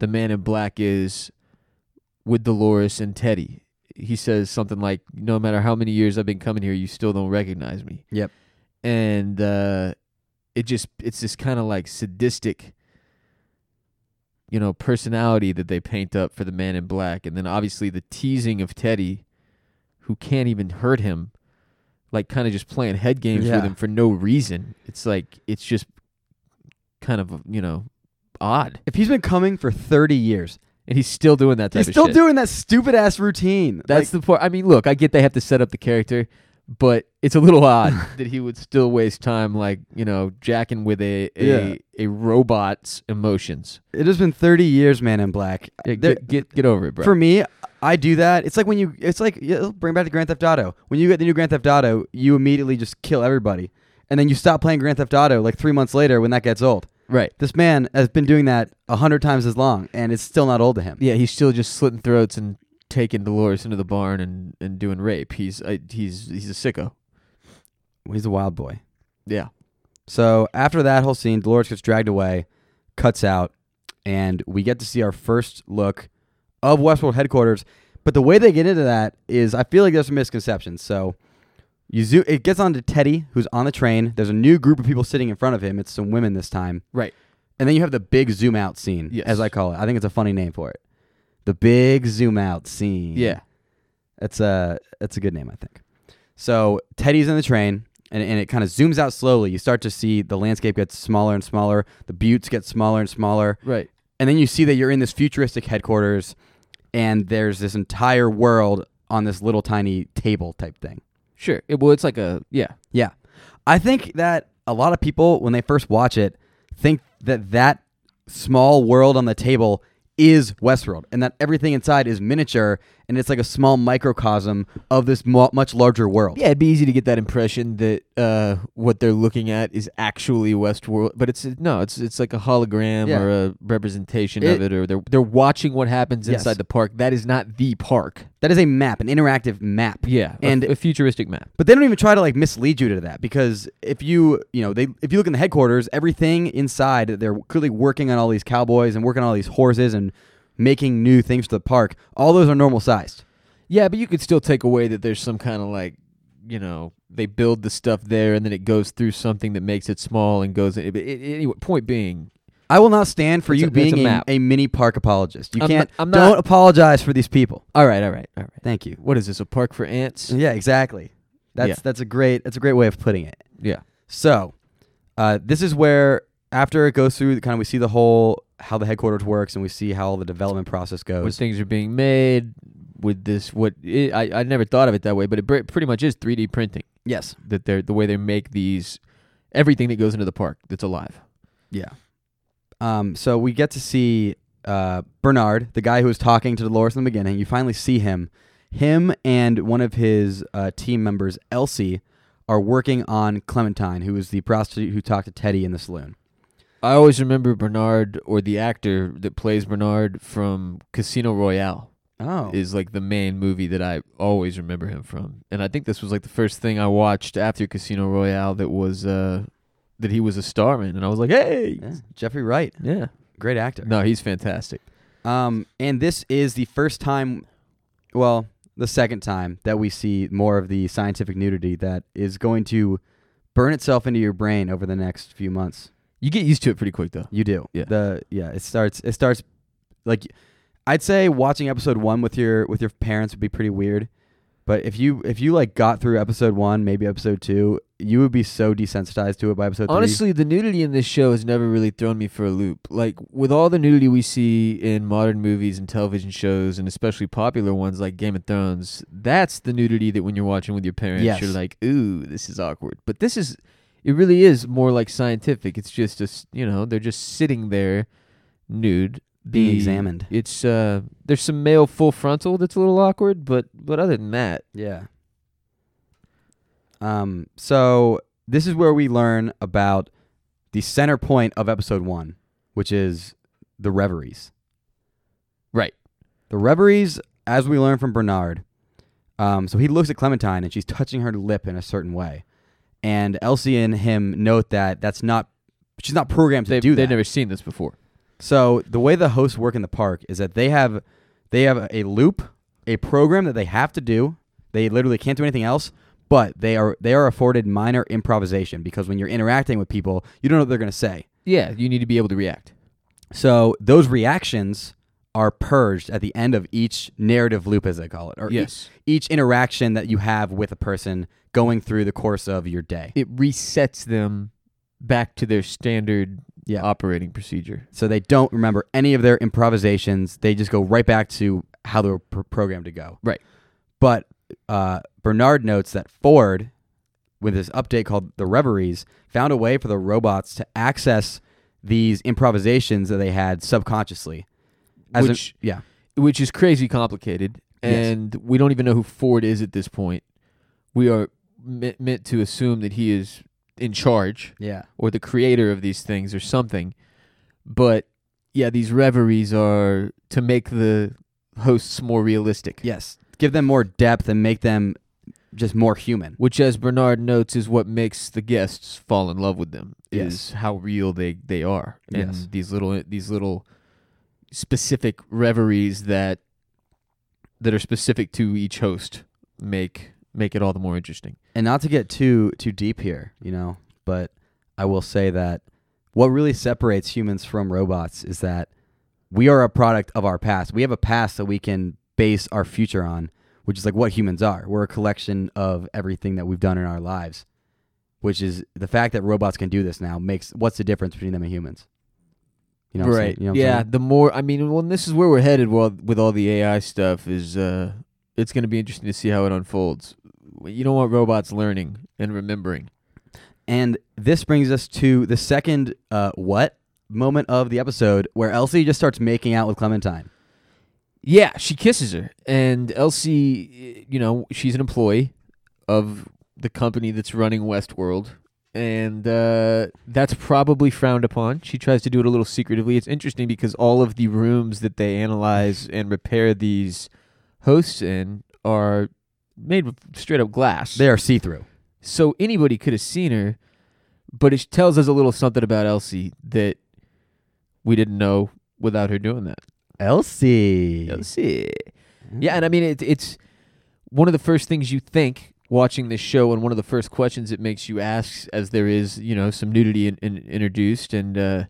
Speaker 2: the man in black is with Dolores and Teddy. He says something like, No matter how many years I've been coming here, you still don't recognize me.
Speaker 1: Yep.
Speaker 2: And uh, it just, it's this kind of like sadistic, you know, personality that they paint up for the man in black. And then obviously the teasing of Teddy, who can't even hurt him, like kind of just playing head games
Speaker 1: Yeah.
Speaker 2: with him for no reason. It's like, it's just kind of, you know, odd.
Speaker 1: If he's been coming for thirty years,
Speaker 2: And he's still doing that type
Speaker 1: he's
Speaker 2: of
Speaker 1: still
Speaker 2: shit.
Speaker 1: doing that stupid ass routine.
Speaker 2: That's the part. I mean, look, I get they have to set up the character, but it's a little odd that he would still waste time, like you know, jacking with a a,
Speaker 1: Yeah.
Speaker 2: a robot's emotions.
Speaker 1: Like, it has been thirty years, Man in Black.
Speaker 2: Yeah,
Speaker 1: There-
Speaker 2: get, get get over it, bro.
Speaker 1: For me, I do that. It's like when you, it's like yeah, it'll bring back to Grand Theft Auto. When you get the new Grand Theft Auto, you immediately just kill everybody, and then you stop playing Grand Theft Auto like three months later when that gets old.
Speaker 2: right?
Speaker 1: This man has been doing that a hundred times as long, and it's still not old to him.
Speaker 2: Yeah, he's still just slitting throats and taking Dolores into the barn and, and doing rape. He's I, he's he's a sicko.
Speaker 1: He's a wild boy.
Speaker 2: Yeah,
Speaker 1: So after that whole scene, Dolores gets dragged away, cuts out, and we get to see our first look of Westworld headquarters. But the way they get into that is, I feel like there's some misconceptions. So you zoom, it gets onto Teddy, who's on the train. There's a new group of people sitting in front of him. It's some women this time,
Speaker 2: right.
Speaker 1: and then you have the big zoom out scene,
Speaker 2: Yes.
Speaker 1: as I call it. I think it's a funny name for it. The big zoom out scene.
Speaker 2: Yeah,
Speaker 1: That's a that's a good name, I think. So Teddy's in the train, and, and it kind of zooms out slowly. You start to see the landscape gets smaller and smaller, the buttes get smaller and smaller,
Speaker 2: right.
Speaker 1: and then you see that you're in this futuristic headquarters, and there's this entire world on this little tiny table type thing.
Speaker 2: Sure. It, well, it's like a yeah.
Speaker 1: Yeah, I think that a lot of people when they first watch it think that that small world on the table is Westworld, and that everything inside is miniature, and it's like a small microcosm of this mu much larger world.
Speaker 2: Yeah, it'd be easy to get that impression that uh, what they're looking at is actually Westworld, but it's no, it's it's like a hologram
Speaker 1: Yeah.
Speaker 2: or a representation of
Speaker 1: It-
Speaker 2: it, or they're they're watching what happens
Speaker 1: Yes.
Speaker 2: inside the park. That is not the park.
Speaker 1: That is a map, an interactive map.
Speaker 2: Yeah,
Speaker 1: And-
Speaker 2: and a, futuristic map.
Speaker 1: But they don't even try to like mislead you to that because if you you know they if you look in the headquarters, everything inside they're clearly working on all these cowboys and working on all these horses and making new things for the park. All those are normal sized.
Speaker 2: Yeah, but you could still take away that there's some kind of like, you know, they build the stuff there and then it goes through something that makes it small and goes. It, it, anyway, point being,
Speaker 1: I will not stand for
Speaker 2: It's
Speaker 1: you
Speaker 2: a- that's a
Speaker 1: being a,
Speaker 2: map.
Speaker 1: a mini park apologist. You
Speaker 2: I'm
Speaker 1: can't.
Speaker 2: not- I'm
Speaker 1: don't
Speaker 2: not-
Speaker 1: apologize for these people.
Speaker 2: all right, all right, all right.
Speaker 1: Thank you.
Speaker 2: What is this? A park for ants?
Speaker 1: Yeah, exactly. That's
Speaker 2: Yeah.
Speaker 1: that's a great that's a great way of putting it.
Speaker 2: Mm-hmm. Yeah.
Speaker 1: So, uh, this is where after it goes through, kind of we see the whole how the headquarters works, and we see how the development process
Speaker 2: when
Speaker 1: goes.
Speaker 2: things are being made with this what it, I I never thought of it that way, but it br- pretty much is 3D printing
Speaker 1: Yes.
Speaker 2: that they're the way they make these everything that goes into the park that's alive.
Speaker 1: Yeah. Um. So we get to see uh, Bernard, the guy who was talking to Dolores in the beginning. You finally see him. Him and one of his uh, team members, Elsie, are working on Clementine, who is the prostitute who talked to Teddy in the saloon.
Speaker 2: I always remember Bernard or the actor that plays Bernard from Casino Royale
Speaker 1: Oh.
Speaker 2: is like the main movie that I always remember him from. And I think this was like the first thing I watched after Casino Royale that was uh that he was a star in and I was like, "Hey."
Speaker 1: Yeah, Jeffrey Wright,
Speaker 2: Yeah.
Speaker 1: great actor.
Speaker 2: No, he's fantastic.
Speaker 1: Um, and this is the first time, well, the second time that we see more of the scientific nudity that is going to burn itself into your brain over the next few months.
Speaker 2: You get used to it pretty quick though.
Speaker 1: You do.
Speaker 2: Yeah.
Speaker 1: The yeah, it starts it starts like I'd say watching episode 1 with your with your parents would be pretty weird. But if you if you like got through episode one, maybe episode two, you would be so desensitized to it by episode
Speaker 2: Honestly, the nudity in this show has never really thrown me for a loop. Like with all the nudity we see in modern movies and television shows, and especially popular ones like Game of Thrones, that's the nudity that when you're watching with your parents,
Speaker 1: Yes.
Speaker 2: you're like, "Ooh, this is awkward." But this is, it really is more like scientific. It's just a, s- you know, they're just sitting there, nude,
Speaker 1: three, being
Speaker 2: The-
Speaker 1: examined.
Speaker 2: It's uh, there's some male full frontal that's a little awkward, but but other than that,
Speaker 1: Yeah. Um. So this is where we learn about the center point of episode one, which is the reveries.
Speaker 2: Right.
Speaker 1: The reveries, as we learn from Bernard. Um. So he looks at Clementine and she's touching her lip in a certain way, and Elsie and him note that that's not. She's not programmed to
Speaker 2: they've,
Speaker 1: do that.
Speaker 2: they've never seen this before.
Speaker 1: So the way the hosts work in the park is that they have they have a loop, a program that they have to do. They literally can't do anything else, but they are they are afforded minor improvisation because when you're interacting with people, you don't know what they're going to say.
Speaker 2: Yeah, you need to be able to react.
Speaker 1: So those reactions are purged at the end of each narrative loop as they call it or e-
Speaker 2: Yes.
Speaker 1: each interaction that you have with a person going through the course of your day.
Speaker 2: it resets them back to their standard
Speaker 1: Yeah.
Speaker 2: operating procedure.
Speaker 1: So they don't remember any of their improvisations. They just go right back to how they were pr- programmed to go.
Speaker 2: Right.
Speaker 1: But uh, Bernard notes that Ford, with this update called the Reveries, found a way for the robots to access these improvisations that they had subconsciously. a-
Speaker 2: Which-
Speaker 1: yeah,
Speaker 2: which is crazy complicated,
Speaker 1: Yes.
Speaker 2: and we don't even know who Ford is at this point. We are me- meant to assume that he is in charge
Speaker 1: yeah,
Speaker 2: or the creator of these things or something, but yeah, these reveries are to make the hosts more realistic.
Speaker 1: yes. Give them more depth and make them just more human.
Speaker 2: Which, as Bernard notes, is what makes the guests fall in love with them. Is
Speaker 1: Yes.
Speaker 2: how real they they are, and
Speaker 1: Yes.
Speaker 2: these little these little specific reveries that that are specific to each host make make it all the more interesting.
Speaker 1: and not to get too too deep here, you know, but I will say that what really separates humans from robots is that we are a product of our past. We have a past that we can base our future on, which is like what humans are. We're a collection of everything that we've done in our lives, which is the fact that robots can do this now makes what's the difference between them and humans? You know, what I'm saying? You know what I'm
Speaker 2: yeah.
Speaker 1: saying?
Speaker 2: The more I mean, well, and this is where we're headed. Well, with all the AI stuff, is uh, it's going to be interesting to see how it unfolds. You don't want robots learning and remembering.
Speaker 1: And this brings us to the second uh, what moment of the episode where Elsie just starts making out with Clementine.
Speaker 2: Yeah, she kisses her, and Elsie, you know, she's an employee of the company that's running Westworld, and uh, that's probably frowned upon. She tries to do it a little secretively. It's interesting because all of the rooms that they analyze and repair these hosts in are made with straight up glass.
Speaker 1: They are see through.
Speaker 2: So anybody could have seen her, but it tells us a little something about Elsie that we didn't know without her doing that.
Speaker 1: Elsie.
Speaker 2: Elsie. Yeah, and I mean it, it's one of the first things you think watching this show, and one of the first questions it makes you ask, as there is you know some nudity in, in, introduced, and uh,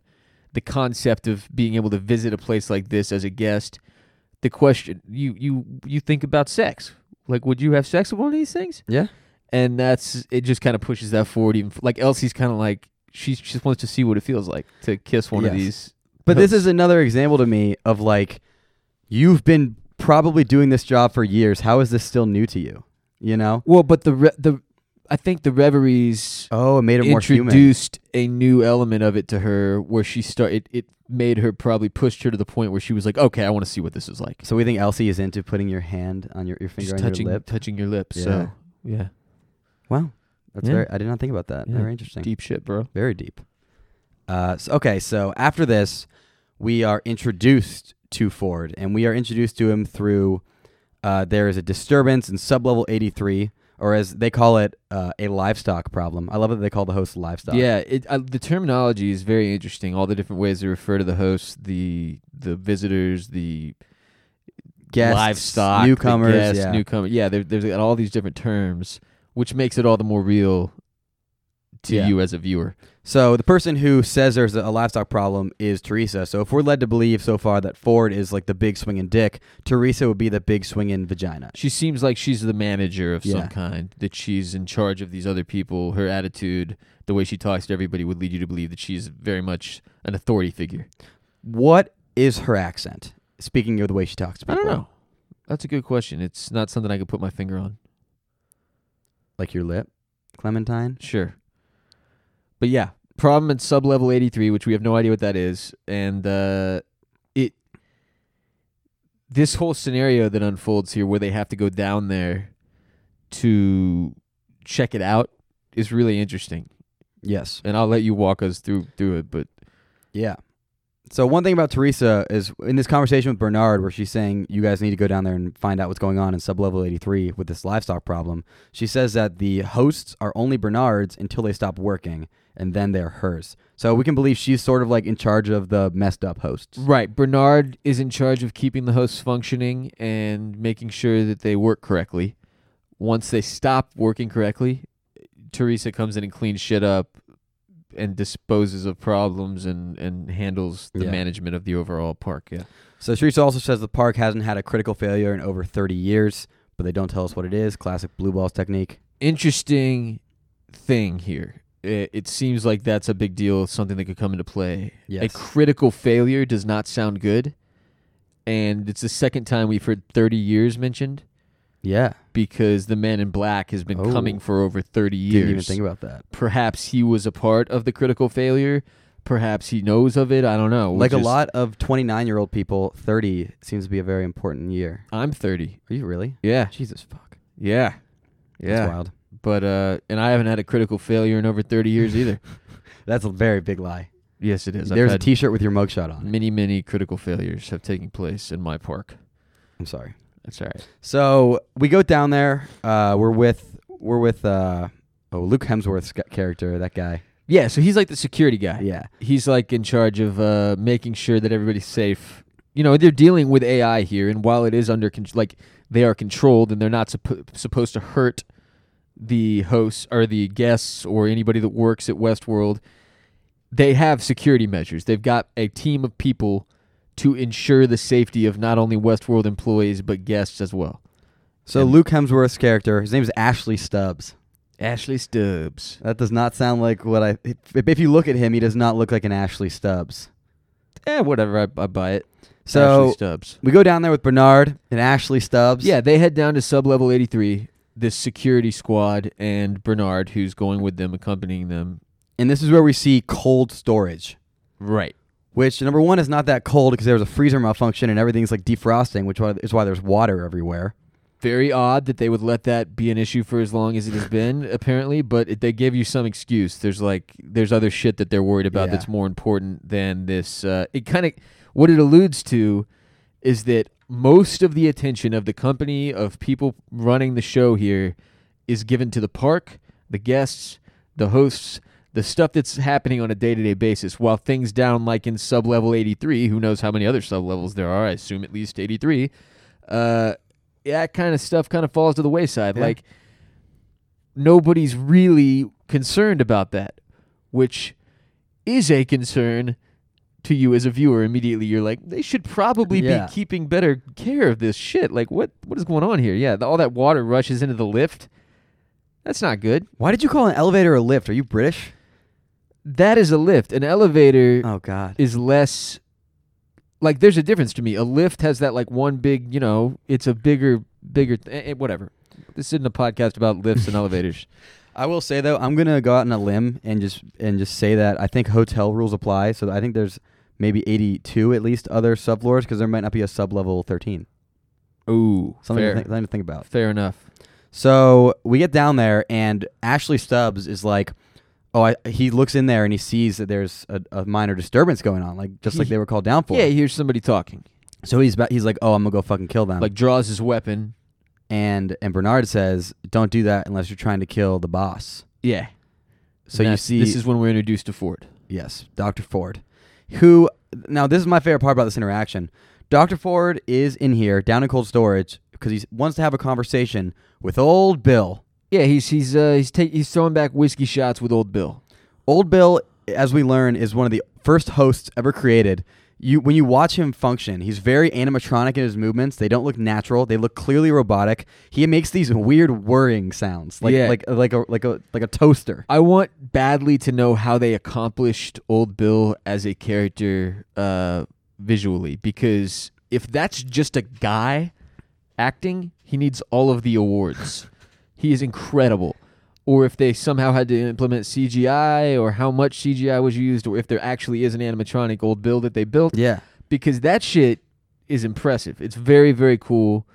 Speaker 2: the concept of being able to visit a place like this as a guest. The question you you you think about sex, like would you have sex with one of these things?
Speaker 1: Yeah.
Speaker 2: and that's it. Just kind of pushes that forward. Even f- like Elsie's kind of like she just wants to see what it feels like to kiss one of
Speaker 1: Yes.
Speaker 2: these.
Speaker 1: But this is another example to me of like, you've been probably doing this job for years. How is this still new to you? You know?
Speaker 2: Well, but the re- the I think the reveries
Speaker 1: Oh, it made it more human.
Speaker 2: introduced a new element of it to her where she started it, it made her probably pushed her to the point where she was like okay i want to see what this is like
Speaker 1: So we think Elsie is into putting your hand on your, your finger
Speaker 2: just
Speaker 1: on
Speaker 2: touching
Speaker 1: your lip.
Speaker 2: touching your lips
Speaker 1: Yeah.
Speaker 2: so yeah
Speaker 1: Wow. That's
Speaker 2: Yeah.
Speaker 1: very, I did not think about that.
Speaker 2: Yeah.
Speaker 1: Very interesting.
Speaker 2: deep shit bro
Speaker 1: Very deep. Uh, so, okay, so after this, we are introduced to Ford, and we are introduced to him through uh, there is a disturbance in sublevel 83, or as they call it, uh, a livestock problem. I love that they call the host livestock.
Speaker 2: yeah it, I, the terminology is very interesting all the different ways they refer to the hosts the the visitors the
Speaker 1: Guests,
Speaker 2: livestock
Speaker 1: newcomers.
Speaker 2: the guests,
Speaker 1: yeah.
Speaker 2: newcomers yeah there, there's all these different terms which makes it all the more real to
Speaker 1: Yeah.
Speaker 2: you as a viewer
Speaker 1: So the person who says there's a livestock problem is Teresa. So if we're led to believe so far that Ford is like the big swinging dick, Teresa would be the big swinging vagina.
Speaker 2: She seems like she's the manager of
Speaker 1: Yeah.
Speaker 2: some kind, that she's in charge of these other people. Her attitude, the way she talks to everybody would lead you to believe that she's very much an authority figure.
Speaker 1: What is her accent? Speaking of the way she talks to
Speaker 2: I
Speaker 1: people,
Speaker 2: don't know. That's a good question. It's not something I could put my finger on.
Speaker 1: Like your lip, Clementine.
Speaker 2: Sure. But yeah, problem at sublevel 83, which we have no idea what that is, and uh it this whole scenario that unfolds here where they have to go down there to check it out is really interesting.
Speaker 1: Yes.
Speaker 2: And I'll let you walk us through through it, but
Speaker 1: Yeah. So one thing about Teresa is in this conversation with Bernard, where she's saying you guys need to go down there and find out what's going on in sublevel 83 with this livestock problem. She says that the hosts are only Bernard's until they stop working, and then they're hers. So we can believe she's sort of like in charge of the messed up hosts.
Speaker 2: Right. Bernard is in charge of keeping the hosts functioning and making sure that they work correctly. Once they stop working correctly, Teresa comes in and cleans shit up and disposes of problems and, and handles the
Speaker 1: Yeah.
Speaker 2: management of the overall park. Yeah.
Speaker 1: So Teresa also says the park hasn't had a critical failure in over 30 years, but they don't tell us what it is. Classic blue balls technique.
Speaker 2: Interesting thing here. It, it seems like that's a big deal, something that could come into play.
Speaker 1: Yes.
Speaker 2: A critical failure does not sound good. And it's the second time we've heard 30 years mentioned.
Speaker 1: Yeah.
Speaker 2: because the man in black has been
Speaker 1: Oh.
Speaker 2: coming for over 30 years.
Speaker 1: Didn't even think about that.
Speaker 2: perhaps he was a part of the critical failure. Perhaps he knows of it. I don't know. We'll
Speaker 1: Like a
Speaker 2: just-
Speaker 1: lot of 29 year old people, 30 seems to be a very important year.
Speaker 2: I'm 30.
Speaker 1: Are you really?
Speaker 2: Yeah.
Speaker 1: Jesus fuck.
Speaker 2: Yeah.
Speaker 1: That's
Speaker 2: Yeah.
Speaker 1: wild.
Speaker 2: But, uh, and I haven't had a critical failure in over 30 years either.
Speaker 1: That's a very big lie.
Speaker 2: yes, it is. I've
Speaker 1: There's a
Speaker 2: had Mm.
Speaker 1: T-shirt with your mugshot on it.
Speaker 2: Many, many critical failures have taken place in my park.
Speaker 1: I'm sorry.
Speaker 2: That's all right.
Speaker 1: So we go down there. Uh, we're with we're with uh, oh Luke Hemsworth's ca- character, that guy.
Speaker 2: Yeah. So he's like the security guy.
Speaker 1: Yeah,
Speaker 2: he's like in charge of uh, making sure that everybody's safe. You know, they're dealing with AI here, and while it is under con- like they are controlled and they're not suppo- supposed to hurt the hosts or the guests or anybody that works at Westworld, they have security measures. They've got a team of people to ensure the safety of not only Westworld employees but guests as well.
Speaker 1: So
Speaker 2: And-
Speaker 1: Luke Hemsworth's character, his name is Ashley Stubbs.
Speaker 2: Ashley Stubbs.
Speaker 1: That does not sound like what I. If, if you look at him, he does not look like an Ashley Stubbs.
Speaker 2: Eh, whatever. I, I buy it.
Speaker 1: So
Speaker 2: Ashley Stubbs.
Speaker 1: we go down there with Bernard and Ashley Stubbs.
Speaker 2: Yeah, they head down to sublevel 83, this security squad, and Bernard, who's going with them, accompanying them.
Speaker 1: and this is where we see cold storage.
Speaker 2: Right.
Speaker 1: Which number one is not that cold because there was a freezer malfunction and everything's like defrosting, which why- is why there's water everywhere.
Speaker 2: Very odd that they would let that be an issue for as long as it has been, apparently, but it, they give you some excuse. There's like, there's other shit that they're worried about
Speaker 1: Yeah.
Speaker 2: that's more important than this. Uh, it kind of, what it alludes to is that most of the attention of the company, of people running the show here, is given to the park, the guests, the hosts, the stuff that's happening on a day to day basis, while things down like in sublevel 83, who knows how many other sublevels there are, I assume at least 83, uh, that kind of stuff kind of falls to the wayside.
Speaker 1: Yeah.
Speaker 2: Like, nobody's really concerned about that, which is a concern to you as a viewer immediately you're like they should probably
Speaker 1: Yeah.
Speaker 2: be keeping better care of this shit like what what is going on here yeah the, all that water rushes into the lift that's not good
Speaker 1: Why did you call an elevator a lift? Are you British?
Speaker 2: that is a lift an elevator
Speaker 1: Oh God.
Speaker 2: is less like there's a difference to me a lift has that like one big you know it's a bigger bigger th- eh, eh, whatever this isn't a podcast about lifts and elevators
Speaker 1: I will say though, I'm gonna go out on a limb and just and just say that I think hotel rules apply. So I think there's maybe 82 at least other subfloors because there might not be a sub level 13.
Speaker 2: ooh
Speaker 1: Something to,
Speaker 2: fair,
Speaker 1: think, something to think about.
Speaker 2: fair enough
Speaker 1: So we get down there and Ashley Stubbs is like, oh, I, he looks in there and he sees that there's a, a minor disturbance going on, like just like
Speaker 2: He-
Speaker 1: they were called down for.
Speaker 2: yeah here's somebody talking
Speaker 1: So he's about, he's like, oh, I'm gonna go fucking kill them.
Speaker 2: like draws his weapon
Speaker 1: and and Bernard says, don't do that unless you're trying to kill the boss.
Speaker 2: yeah
Speaker 1: So you
Speaker 2: that's-
Speaker 1: see,
Speaker 2: this is when we're introduced to Ford.
Speaker 1: Yes, Dr. Ford. Who now this is my favorite part about this interaction. Dr. Ford is in here down in cold storage because he wants to have a conversation with old Bill.
Speaker 2: Yeah, he's he's uh, he's ta- he's throwing back whiskey shots with old Bill.
Speaker 1: Old Bill as we learn, is one of the first hosts ever created. You when you watch him function, he's very animatronic in his movements. They don't look natural. They look clearly robotic. He makes these weird whirring sounds, like
Speaker 2: Yeah.
Speaker 1: like like a like a like a toaster.
Speaker 2: I want badly to know how they accomplished Old Bill as a character uh, visually, because if that's just a guy acting, he needs all of the awards. he is incredible. Or if they somehow had to implement CGI, or how much CGI was used, or if there actually is an animatronic Old Bill that they built,
Speaker 1: Yeah.
Speaker 2: because that shit is impressive. It's very, very cool.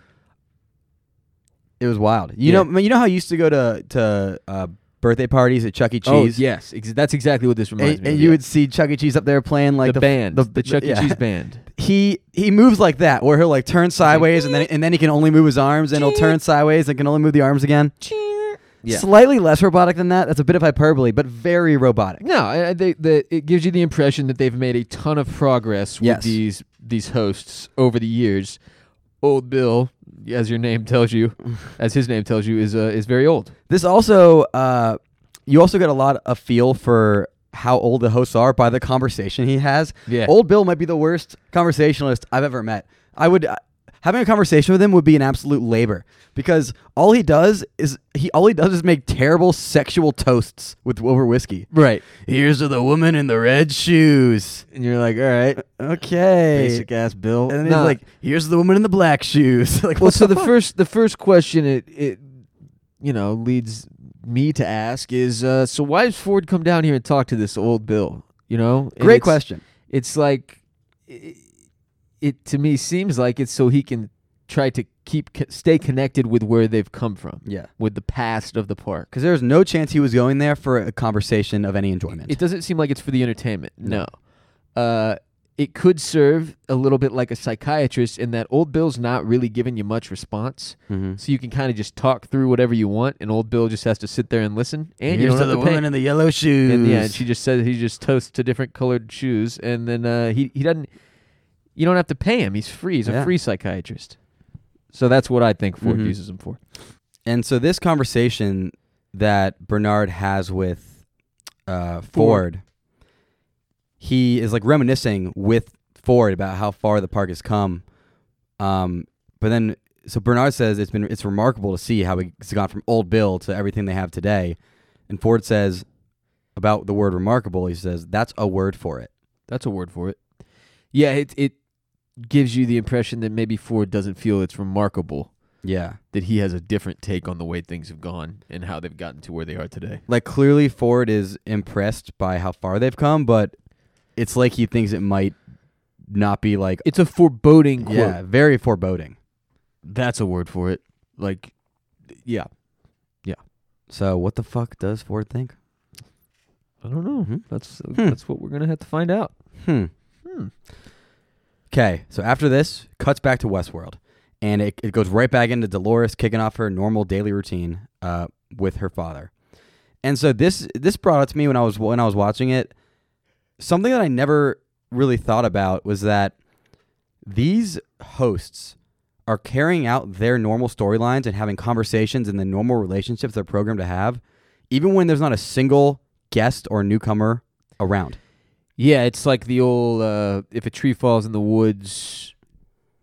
Speaker 1: It was wild. You
Speaker 2: Yeah.
Speaker 1: know, you know how I used to go to to uh, birthday parties at Chuck E.
Speaker 2: Oh
Speaker 1: Cheese.
Speaker 2: yes, ex- that's exactly what this reminds
Speaker 1: and,
Speaker 2: me.
Speaker 1: and
Speaker 2: of.
Speaker 1: you
Speaker 2: yeah.
Speaker 1: would see Chuck E. Cheese up there playing like
Speaker 2: the, band, the, Chuck E.
Speaker 1: yeah.
Speaker 2: Cheese band.
Speaker 1: He he moves like that, where he'll like turn sideways and then and then he can only move his arms, and he'll turn sideways and can only move the arms again.
Speaker 2: Yeah.
Speaker 1: Slightly less robotic than that. That's a bit of hyperbole, but very robotic.
Speaker 2: No, I, I- they, the, it gives you the impression that they've made a ton of progress
Speaker 1: Yes.
Speaker 2: with these these hosts over the years. Old Bill, as your name tells you, as his name tells you, is uh, is very old.
Speaker 1: This also, uh, you also get a lot of feel for how old the hosts are by the conversation he has.
Speaker 2: Yeah.
Speaker 1: Old Bill might be the worst conversationalist I've ever met. I would uh, having a conversation with him would be an absolute labor because all he does is he all he does is make terrible sexual toasts with over whiskey.
Speaker 2: Right,
Speaker 1: Here's to the woman in the red shoes.
Speaker 2: and you're like, all right,
Speaker 1: Okay.
Speaker 2: ass Bill.
Speaker 1: And then he's like, "Here's to the woman in the black shoes." like,
Speaker 2: well,
Speaker 1: what's
Speaker 2: so the
Speaker 1: fuck?
Speaker 2: first the first question it it you know leads me to ask is uh, so why does Ford come down here and talk to this Old Bill? You know, And
Speaker 1: great
Speaker 2: it's-
Speaker 1: question.
Speaker 2: it's like it, it to me seems like it's so he can try to keep co- stay connected with where they've come from
Speaker 1: Yeah,
Speaker 2: with the past of the park
Speaker 1: because there's no chance he was going there for a conversation of any enjoyment.
Speaker 2: it doesn't seem like it's for the entertainment no, Uh, it could serve a little bit like a psychiatrist in that old bill's not really giving you much response
Speaker 1: mm-hmm.
Speaker 2: so you can kind of just talk through whatever you want and old bill just has to sit there and listen and you don't have to pay.
Speaker 1: in the yellow shoes.
Speaker 2: And yeah, and she just says he just toasts to different colored shoes, and then uh, he he doesn't. You don't have to pay him. He's free. He's
Speaker 1: Yeah.
Speaker 2: a free psychiatrist. So that's what I think Ford
Speaker 1: Mhm.
Speaker 2: uses him for.
Speaker 1: And so this conversation that Bernard has with uh, Ford, he is like reminiscing with Ford about how far the park has come. Um, but then, so Bernard says it's been it's remarkable to see how it's gone from old Bill to everything they have today. And Ford says about the word remarkable, he says that's a word for it.
Speaker 2: That's a word for it. Yeah, it it gives you the impression that maybe Ford doesn't feel it's remarkable
Speaker 1: Yeah,
Speaker 2: that he has a different take on the way things have gone and how they've gotten to where they are today.
Speaker 1: like clearly Ford is impressed by how far they've come, but it's like he thinks it might not be like
Speaker 2: It's a foreboding quote.
Speaker 1: Yeah, very foreboding.
Speaker 2: That's a word for it. Like, yeah,
Speaker 1: So what the fuck does Ford think?
Speaker 2: I don't know.
Speaker 1: Hmm.
Speaker 2: That's
Speaker 1: Hmm.
Speaker 2: that's what we're gonna have to find out.
Speaker 1: Hmm.
Speaker 2: Hmm.
Speaker 1: Okay, so after this, cuts back to Westworld, and it, it goes right back into Dolores kicking off her normal daily routine uh, with her father. And so this this brought up to me when I was when I was watching it, something that I never really thought about was that these hosts are carrying out their normal storylines and having conversations and the normal relationships they're programmed to have, even when there's not a single guest or newcomer around.
Speaker 2: Yeah, it's like the old uh, if a tree falls in the woods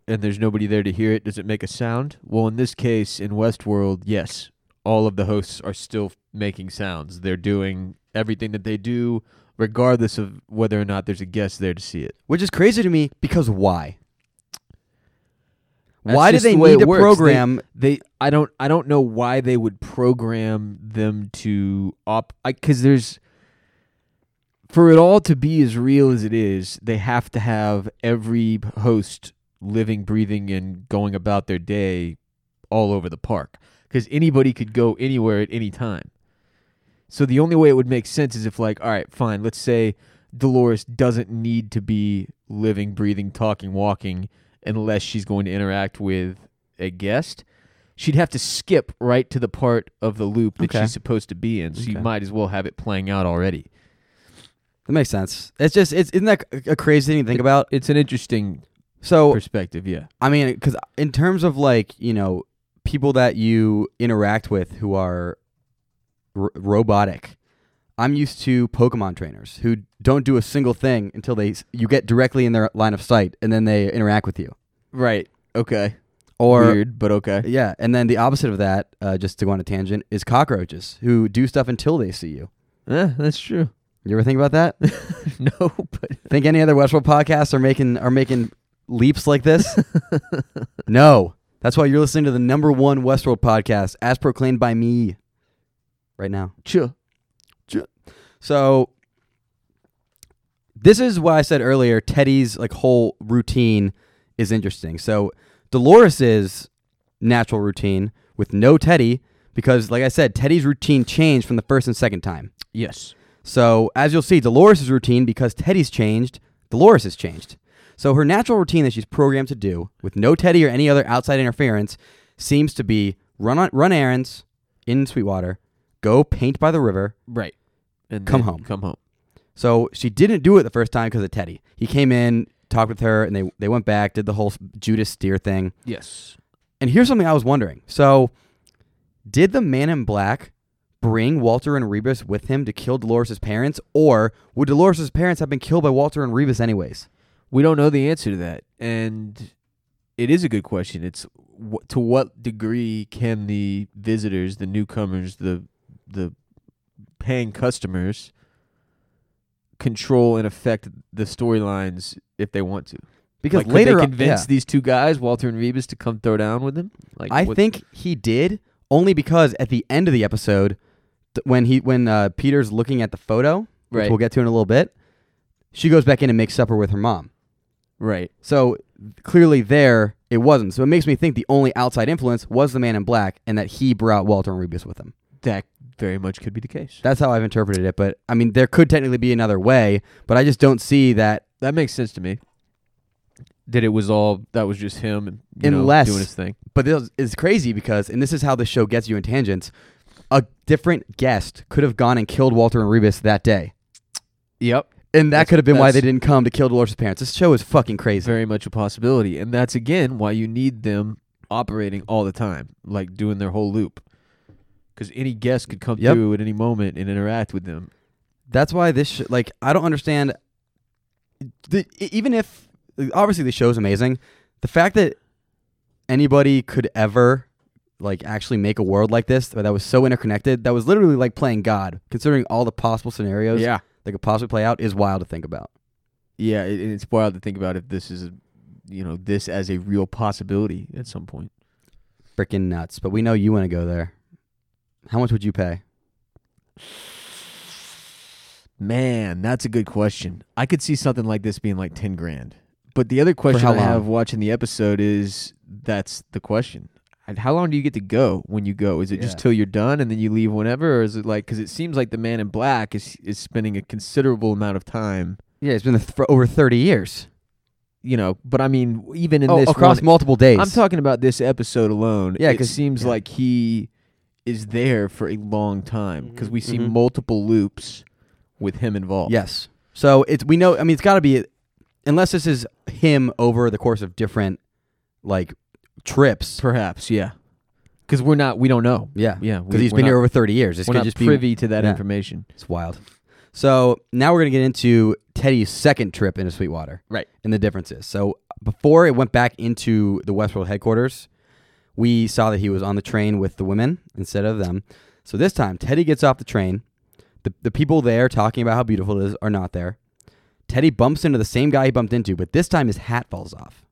Speaker 2: and there's nobody there to hear it, does it make a sound? Well, in this case, in Westworld, yes. All of the hosts are still making sounds. They're doing everything that they do, regardless of whether or not there's a guest there to see it.
Speaker 1: Which is crazy to me because why?
Speaker 2: That's
Speaker 1: why do
Speaker 2: just
Speaker 1: they
Speaker 2: the way
Speaker 1: need
Speaker 2: it
Speaker 1: to
Speaker 2: works.
Speaker 1: program?
Speaker 2: They, I don't, I don't know why they would program them to op, because there's, for it all to be as real as it is, they have to have every host living, breathing, and going about their day all over the park, because anybody could go anywhere at any time. So the only way it would make sense is if, like, all right, fine, let's say Dolores doesn't need to be living, breathing, talking, walking unless she's going to interact with a guest. She'd have to skip right to the part of the loop that
Speaker 1: Okay.
Speaker 2: she's supposed to be in. So you
Speaker 1: Okay.
Speaker 2: might as well have it playing out already.
Speaker 1: that makes sense. It's just it's isn't that a- a crazy thing to think about?
Speaker 2: It's an interesting
Speaker 1: So
Speaker 2: perspective, yeah.
Speaker 1: I mean, because in terms of like you know people that you interact with who are r- robotic, I'm used to Pokemon trainers who don't do a single thing until they s- you get directly in their line of sight and then they interact with you.
Speaker 2: Right. Okay.
Speaker 1: Or
Speaker 2: Weird, but okay.
Speaker 1: yeah, and then the opposite of that, uh, just to go on a tangent, is cockroaches who do stuff until they see you.
Speaker 2: Yeah, Eh, that's true.
Speaker 1: You ever think about that?
Speaker 2: no, but
Speaker 1: think any other Westworld podcasts are making are making leaps like this? no. That's why you're listening to the number one Westworld podcast, as proclaimed by me, right now.
Speaker 2: chill.
Speaker 1: So this is why I said earlier Teddy's like whole routine is interesting. So Dolores's natural routine with no Teddy because like I said Teddy's routine changed from the first and second time.
Speaker 2: Yes.
Speaker 1: So as you'll see Dolores's routine because Teddy's changed, Dolores has changed. So her natural routine that she's programmed to do with no Teddy or any other outside interference seems to be run on, run errands in Sweetwater, go paint by the river,
Speaker 2: Right. And
Speaker 1: Come
Speaker 2: then
Speaker 1: home.
Speaker 2: Come home.
Speaker 1: So she didn't do it the first time because of Teddy. He came in, talked with her, and they they went back, did the whole Judas Steer thing.
Speaker 2: Yes.
Speaker 1: And here's something I was wondering. So, did the Man in Black bring Walter and Rebus with him to kill Dolores' parents, or would Dolores' parents have been killed by Walter and Rebus anyways?
Speaker 2: We don't know the answer to that, and it is a good question. It's wh- to what degree can the visitors, the newcomers, the the paying customers control and affect the storylines if they want to?
Speaker 1: Because
Speaker 2: like, could
Speaker 1: later,
Speaker 2: they
Speaker 1: on-
Speaker 2: convince
Speaker 1: yeah.
Speaker 2: these two guys, Walter and Rebus, to come throw down with him. Like
Speaker 1: I
Speaker 2: what-
Speaker 1: think he did only because at the end of the episode, th- when he when uh, Peter's looking at the photo, which
Speaker 2: right,
Speaker 1: we'll get to in a little bit, she goes back in and makes supper with her mom.
Speaker 2: right,
Speaker 1: So clearly, there it wasn't. So it makes me think the only outside influence was the man in black, and that he brought Walter and Rebus with him.
Speaker 2: that very much could be the case.
Speaker 1: That's how I've interpreted it. But I mean, there could technically be another way, but I just don't see that.
Speaker 2: That makes sense to me. That it was all that was just him and you know,
Speaker 1: Unless-
Speaker 2: doing his thing.
Speaker 1: But this is crazy because, and this is how this show gets you in tangents. A different guest could have gone and killed Walter and Rebus that day,
Speaker 2: Yep,
Speaker 1: and that
Speaker 2: That's-
Speaker 1: could have been why they
Speaker 2: that's-
Speaker 1: didn't come to kill Dolores' parents. This show is fucking crazy.
Speaker 2: very much a possibility, and that's again why you need them operating all the time, like doing their whole loop, because any guest could come
Speaker 1: Yep.
Speaker 2: through at any moment and interact with them.
Speaker 1: That's why this sh- like I don't understand. The, e- even if obviously the show's amazing, the fact that anybody could ever like actually make a world like this that was so interconnected that was literally like playing God, considering all the possible scenarios that could possibly play out, is wild to think about.
Speaker 2: yeah, it, and it's wild to think about if this is, a, you know, this as a real possibility at some point.
Speaker 1: Freaking nuts! But we know you want to go there. How much would you pay?
Speaker 2: Man, that's a good question. I could see something like this being like 10 grand. But the other question
Speaker 1: how
Speaker 2: I have
Speaker 1: long?
Speaker 2: watching the episode is that's the question. And How long do you get to go when you go? Is it just
Speaker 1: Yeah.
Speaker 2: till you're done and then you leave whenever? Or is it like, because it seems like the man in black is, is spending a considerable amount of time,
Speaker 1: Yeah, it's been th- for over thirty years.
Speaker 2: you know, but I mean, even in
Speaker 1: oh,
Speaker 2: this
Speaker 1: across
Speaker 2: one-
Speaker 1: multiple days.
Speaker 2: I'm talking about this episode alone.
Speaker 1: Yeah,
Speaker 2: it
Speaker 1: 'cause-
Speaker 2: seems
Speaker 1: yeah.
Speaker 2: like he is there for a long time because we see
Speaker 1: Mhm.
Speaker 2: multiple loops with him involved.
Speaker 1: Yes. So it's we know. I mean, it's got to be unless this is him over the course of different like trips.
Speaker 2: Perhaps, yeah. Because we're not, we don't know.
Speaker 1: Yeah.
Speaker 2: Yeah,
Speaker 1: Because he's been here over thirty years. This
Speaker 2: We're
Speaker 1: could
Speaker 2: not
Speaker 1: just be
Speaker 2: privy to that
Speaker 1: yeah.
Speaker 2: information.
Speaker 1: it's wild. So now we're gonna get into Teddy's second trip into Sweetwater.
Speaker 2: Right.
Speaker 1: And the differences. So before it went back into the Westworld headquarters, we saw that he was on the train with the women instead of them. So this time, Teddy gets off the train. The, the people there talking about how beautiful it is are not there. Teddy bumps into the same guy he bumped into, but this time his hat falls off.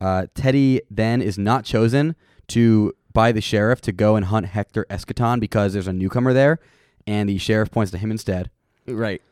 Speaker 1: Uh, Teddy then is not chosen to by the sheriff to go and hunt Hector Escaton because there's a newcomer there, and the sheriff points to him instead.
Speaker 2: Right.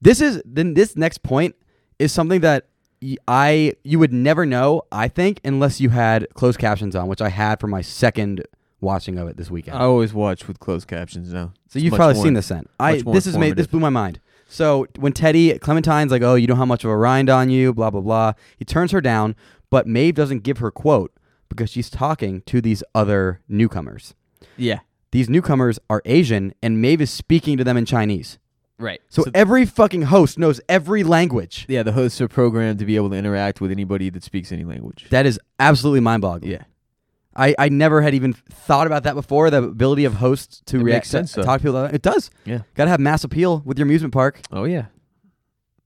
Speaker 1: This is then this next point is something that y- I you would never know, I think, unless you had closed captions on, which I had for my second watching of it this weekend.
Speaker 2: I always watch with closed captions now.
Speaker 1: so you've
Speaker 2: Oh, much
Speaker 1: probably
Speaker 2: more-
Speaker 1: seen this then. I
Speaker 2: much more
Speaker 1: this is made this
Speaker 2: informative.
Speaker 1: blew my mind. So when Teddy Clementine's like, "Oh, you don't have much of a rind on you," blah blah blah. He turns her down, but Maeve doesn't give her quote because she's talking to these other newcomers.
Speaker 2: Yeah.
Speaker 1: These newcomers are Asian, and Maeve is speaking to them in Chinese.
Speaker 2: Right.
Speaker 1: So, every fucking host knows every language.
Speaker 2: eh, yeah, the hosts are programmed to be able to interact with anybody that speaks any language.
Speaker 1: That is absolutely mind boggling.
Speaker 2: yeah.
Speaker 1: I, I never had even thought about that before. The ability of hosts to
Speaker 2: It
Speaker 1: react,
Speaker 2: makes sense,
Speaker 1: to,
Speaker 2: though.
Speaker 1: talk to people. It does.
Speaker 2: Yeah.
Speaker 1: got to have mass appeal with your amusement park.
Speaker 2: Oh yeah,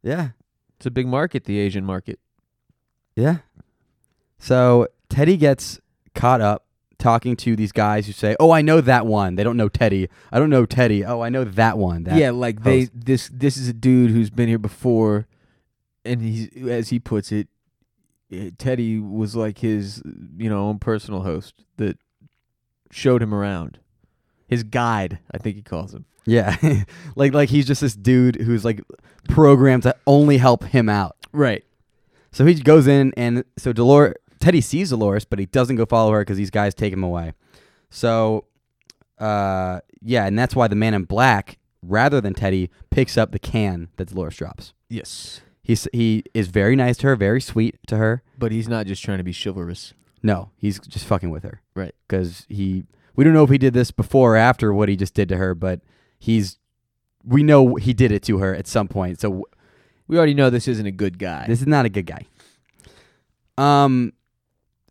Speaker 1: Yeah,
Speaker 2: it's a big market, the Asian market.
Speaker 1: yeah. So Teddy gets caught up talking to these guys who say, "Oh, I know that one." They don't know Teddy. I don't know Teddy. Oh, I know that one. That.
Speaker 2: yeah, like they this this is a dude who's been here before, and he's as he puts it, eh, Teddy was like his you know own personal host that showed him around, his guide, I think he calls him.
Speaker 1: yeah. like like he's just this dude who's like programmed to only help him out.
Speaker 2: Right.
Speaker 1: So he goes in, and so Dolores, Teddy sees Dolores, but he doesn't go follow her because these guys take him away. So, uh, yeah, and that's why the man in black, rather than Teddy, picks up the can that Dolores drops.
Speaker 2: Yes.
Speaker 1: He s- he is very nice to her, very sweet to her.
Speaker 2: But he's not just trying to be chivalrous.
Speaker 1: No, he's just fucking with her,
Speaker 2: Right.
Speaker 1: Because he, we don't know if he did this before or after what he just did to her, but he's, we know he did it to her at some point. So
Speaker 2: We already know this isn't a good guy.
Speaker 1: This is not a good guy. Um,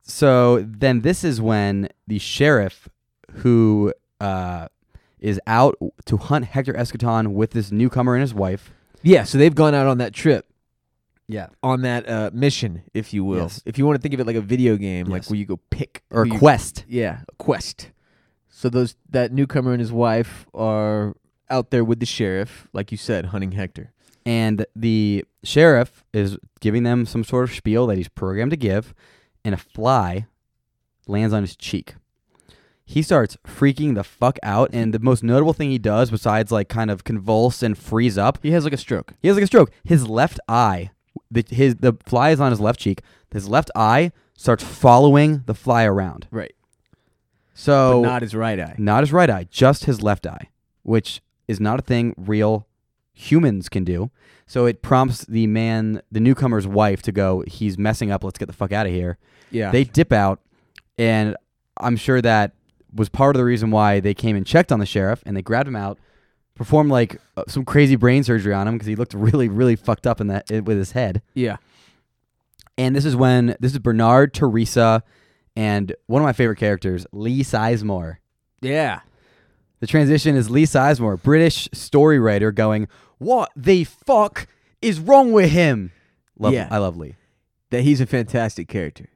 Speaker 1: so then this is when the sheriff, who uh, is out to hunt Hector Escaton with this newcomer and his wife.
Speaker 2: yeah, so they've gone out on that trip.
Speaker 1: Yeah.
Speaker 2: on that uh, mission, if you will.
Speaker 1: Yes.
Speaker 2: If you want to think of it like a video game, like
Speaker 1: Yes.
Speaker 2: where you go pick
Speaker 1: Or
Speaker 2: who you-
Speaker 1: quest.
Speaker 2: yeah, a quest. So those that newcomer and his wife are out there with the sheriff, like you said, hunting Hector.
Speaker 1: And the sheriff is giving them some sort of spiel that he's programmed to give, and a fly lands on his cheek. He starts freaking the fuck out, and the most notable thing he does, besides like kind of convulse and freeze up,
Speaker 2: He has like a stroke.
Speaker 1: He has like a stroke. His left eye, the, his the fly is on his left cheek. His left eye starts following the fly around.
Speaker 2: Right.
Speaker 1: So
Speaker 2: but not his right eye.
Speaker 1: not his right eye, just his left eye, which is not a thing real humans can do. So it prompts the man, the newcomer's wife, to go. He's messing up. Let's get the fuck out of here.
Speaker 2: Yeah.
Speaker 1: They dip out, and I'm sure that was part of the reason why they came and checked on the sheriff and they grabbed him out, performed like uh, some crazy brain surgery on him because he looked really, really fucked up in that with his head.
Speaker 2: yeah.
Speaker 1: And this is when this is Bernard, Teresa, and one of my favorite characters, Lee Sizemore.
Speaker 2: Yeah.
Speaker 1: The transition is Lee Sizemore, British story writer, going, "What the fuck is wrong with him?" Love,
Speaker 2: Yeah.
Speaker 1: I love Lee.
Speaker 2: That he's a fantastic character.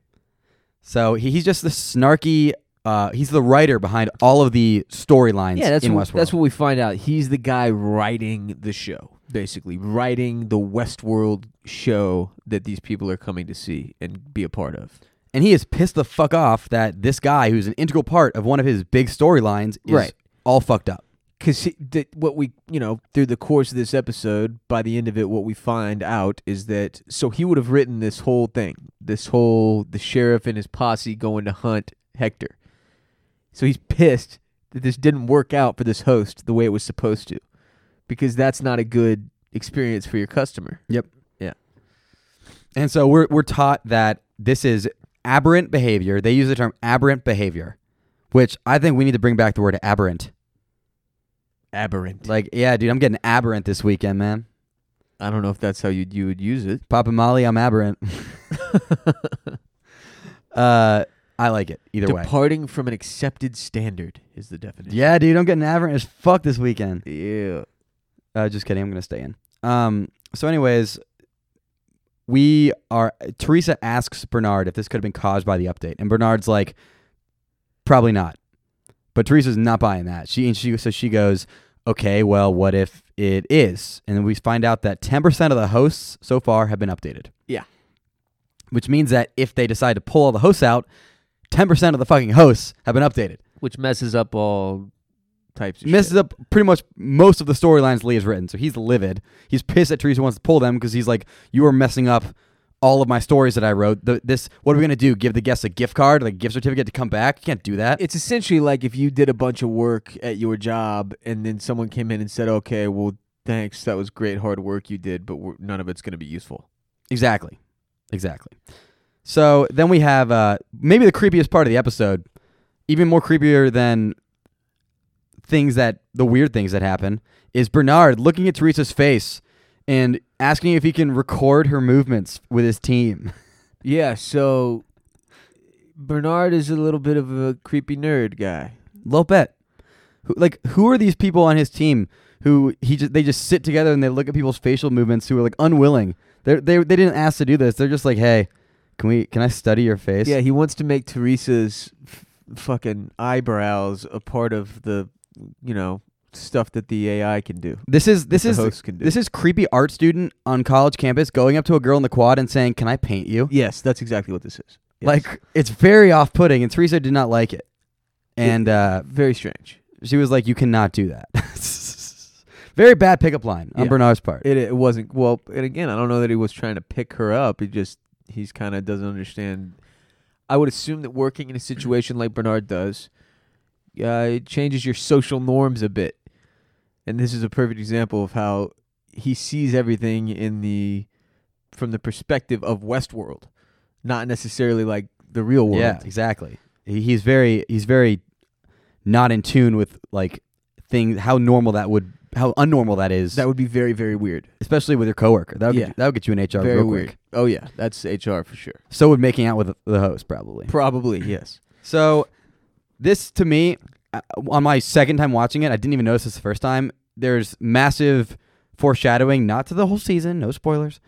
Speaker 1: So he, he's just the snarky. Uh, he's the writer behind all of the storylines
Speaker 2: Yeah, that's
Speaker 1: in
Speaker 2: what,
Speaker 1: Westworld.
Speaker 2: that's what we find out. He's the guy writing the show, basically writing the Westworld show that these people are coming to see and be a part of.
Speaker 1: and he is pissed the fuck off that this guy, who's an integral part of one of his big storylines, is
Speaker 2: Right.
Speaker 1: all fucked up.
Speaker 2: because what we you know through the course of this episode by the end of it what we find out is that so he would have written this whole thing this whole the sheriff and his posse going to hunt hector so he's pissed that this didn't work out for this host the way it was supposed to because that's not a good experience for your customer
Speaker 1: And so we're we're taught that this is aberrant behavior. They use the term aberrant behavior, which I think we need to bring back the word aberrant.
Speaker 2: aberrant
Speaker 1: Like, yeah, dude, I'm getting aberrant this weekend, man.
Speaker 2: i don't know if that's how you you would use it
Speaker 1: Papa Molly, I'm aberrant. uh, I like it either way.
Speaker 2: departing from an accepted standard is the definition
Speaker 1: Yeah, dude, I'm getting aberrant as fuck this weekend.
Speaker 2: yeah
Speaker 1: Uh, just kidding. I'm gonna stay in. Um. So, anyways, we are. Teresa asks Bernard if this could have been caused by the update, and Bernard's like, probably not. But Teresa's not buying that. She and she so she goes, okay, well, what if it is? And then we find out that 10% of the hosts so far have been updated.
Speaker 2: Yeah.
Speaker 1: Which means that if they decide to pull all the hosts out, 10% of the fucking hosts have been updated.
Speaker 2: which messes up all types of shit.
Speaker 1: messes up pretty much most of the storylines Lee has written. So he's livid. He's pissed that Teresa wants to pull them because he's like, "You are messing up all of my stories that I wrote. The, this, what are we gonna do? Give the guests a gift card, like a gift certificate to come back? You can't do that."
Speaker 2: it's essentially like if you did a bunch of work at your job and then someone came in and said, "Okay, well, thanks. That was great hard work you did, but we're, none of it's going to be useful."
Speaker 1: exactly, exactly. So then we have uh, maybe the creepiest part of the episode, even more creepier than things that the weird things that happen is Bernard looking at Teresa's face and asking if he can record her movements with his team.
Speaker 2: Yeah, so Bernard is a little bit of a creepy nerd guy.
Speaker 1: Lopet. Who, like, who are these people on his team who he just, they just sit together and they look at people's facial movements who are like unwilling. They they they didn't ask to do this. They're just like, hey, can we can I study your face?
Speaker 2: Yeah, he wants to make Teresa's f- fucking eyebrows a part of the, you know, stuff that the AI can do.
Speaker 1: This is this
Speaker 2: the
Speaker 1: is
Speaker 2: host can do.
Speaker 1: this is creepy art student on college campus going up to a girl in the quad and saying, "Can I paint you?"
Speaker 2: yes, that's exactly what this is. Yes.
Speaker 1: Like it's very off-putting, and Teresa did not like it, and uh,
Speaker 2: very strange.
Speaker 1: she was like, "You cannot do that." very bad pickup line on
Speaker 2: Yeah.
Speaker 1: Bernard's part.
Speaker 2: It it wasn't well, and again, I don't know that he was trying to pick her up. He just he's kind of doesn't understand. I would assume that working in a situation like Bernard does, uh, it changes your social norms a bit, and this is a perfect example of how he sees everything in the from the perspective of Westworld, not necessarily like the real world.
Speaker 1: Yeah, exactly. He- He's very he's very not in tune with like things how normal that would how unnormal that is,
Speaker 2: That would be very very weird.
Speaker 1: especially with your coworker. That would
Speaker 2: Yeah.
Speaker 1: get you, that would get you an HR
Speaker 2: very
Speaker 1: real
Speaker 2: weird.
Speaker 1: quick.
Speaker 2: Oh yeah, that's HR for sure.
Speaker 1: So would making out with the host probably.
Speaker 2: Probably yes.
Speaker 1: So this to me uh, on my second time watching it, I didn't even notice this the first time. There's massive foreshadowing not to the whole season, no spoilers.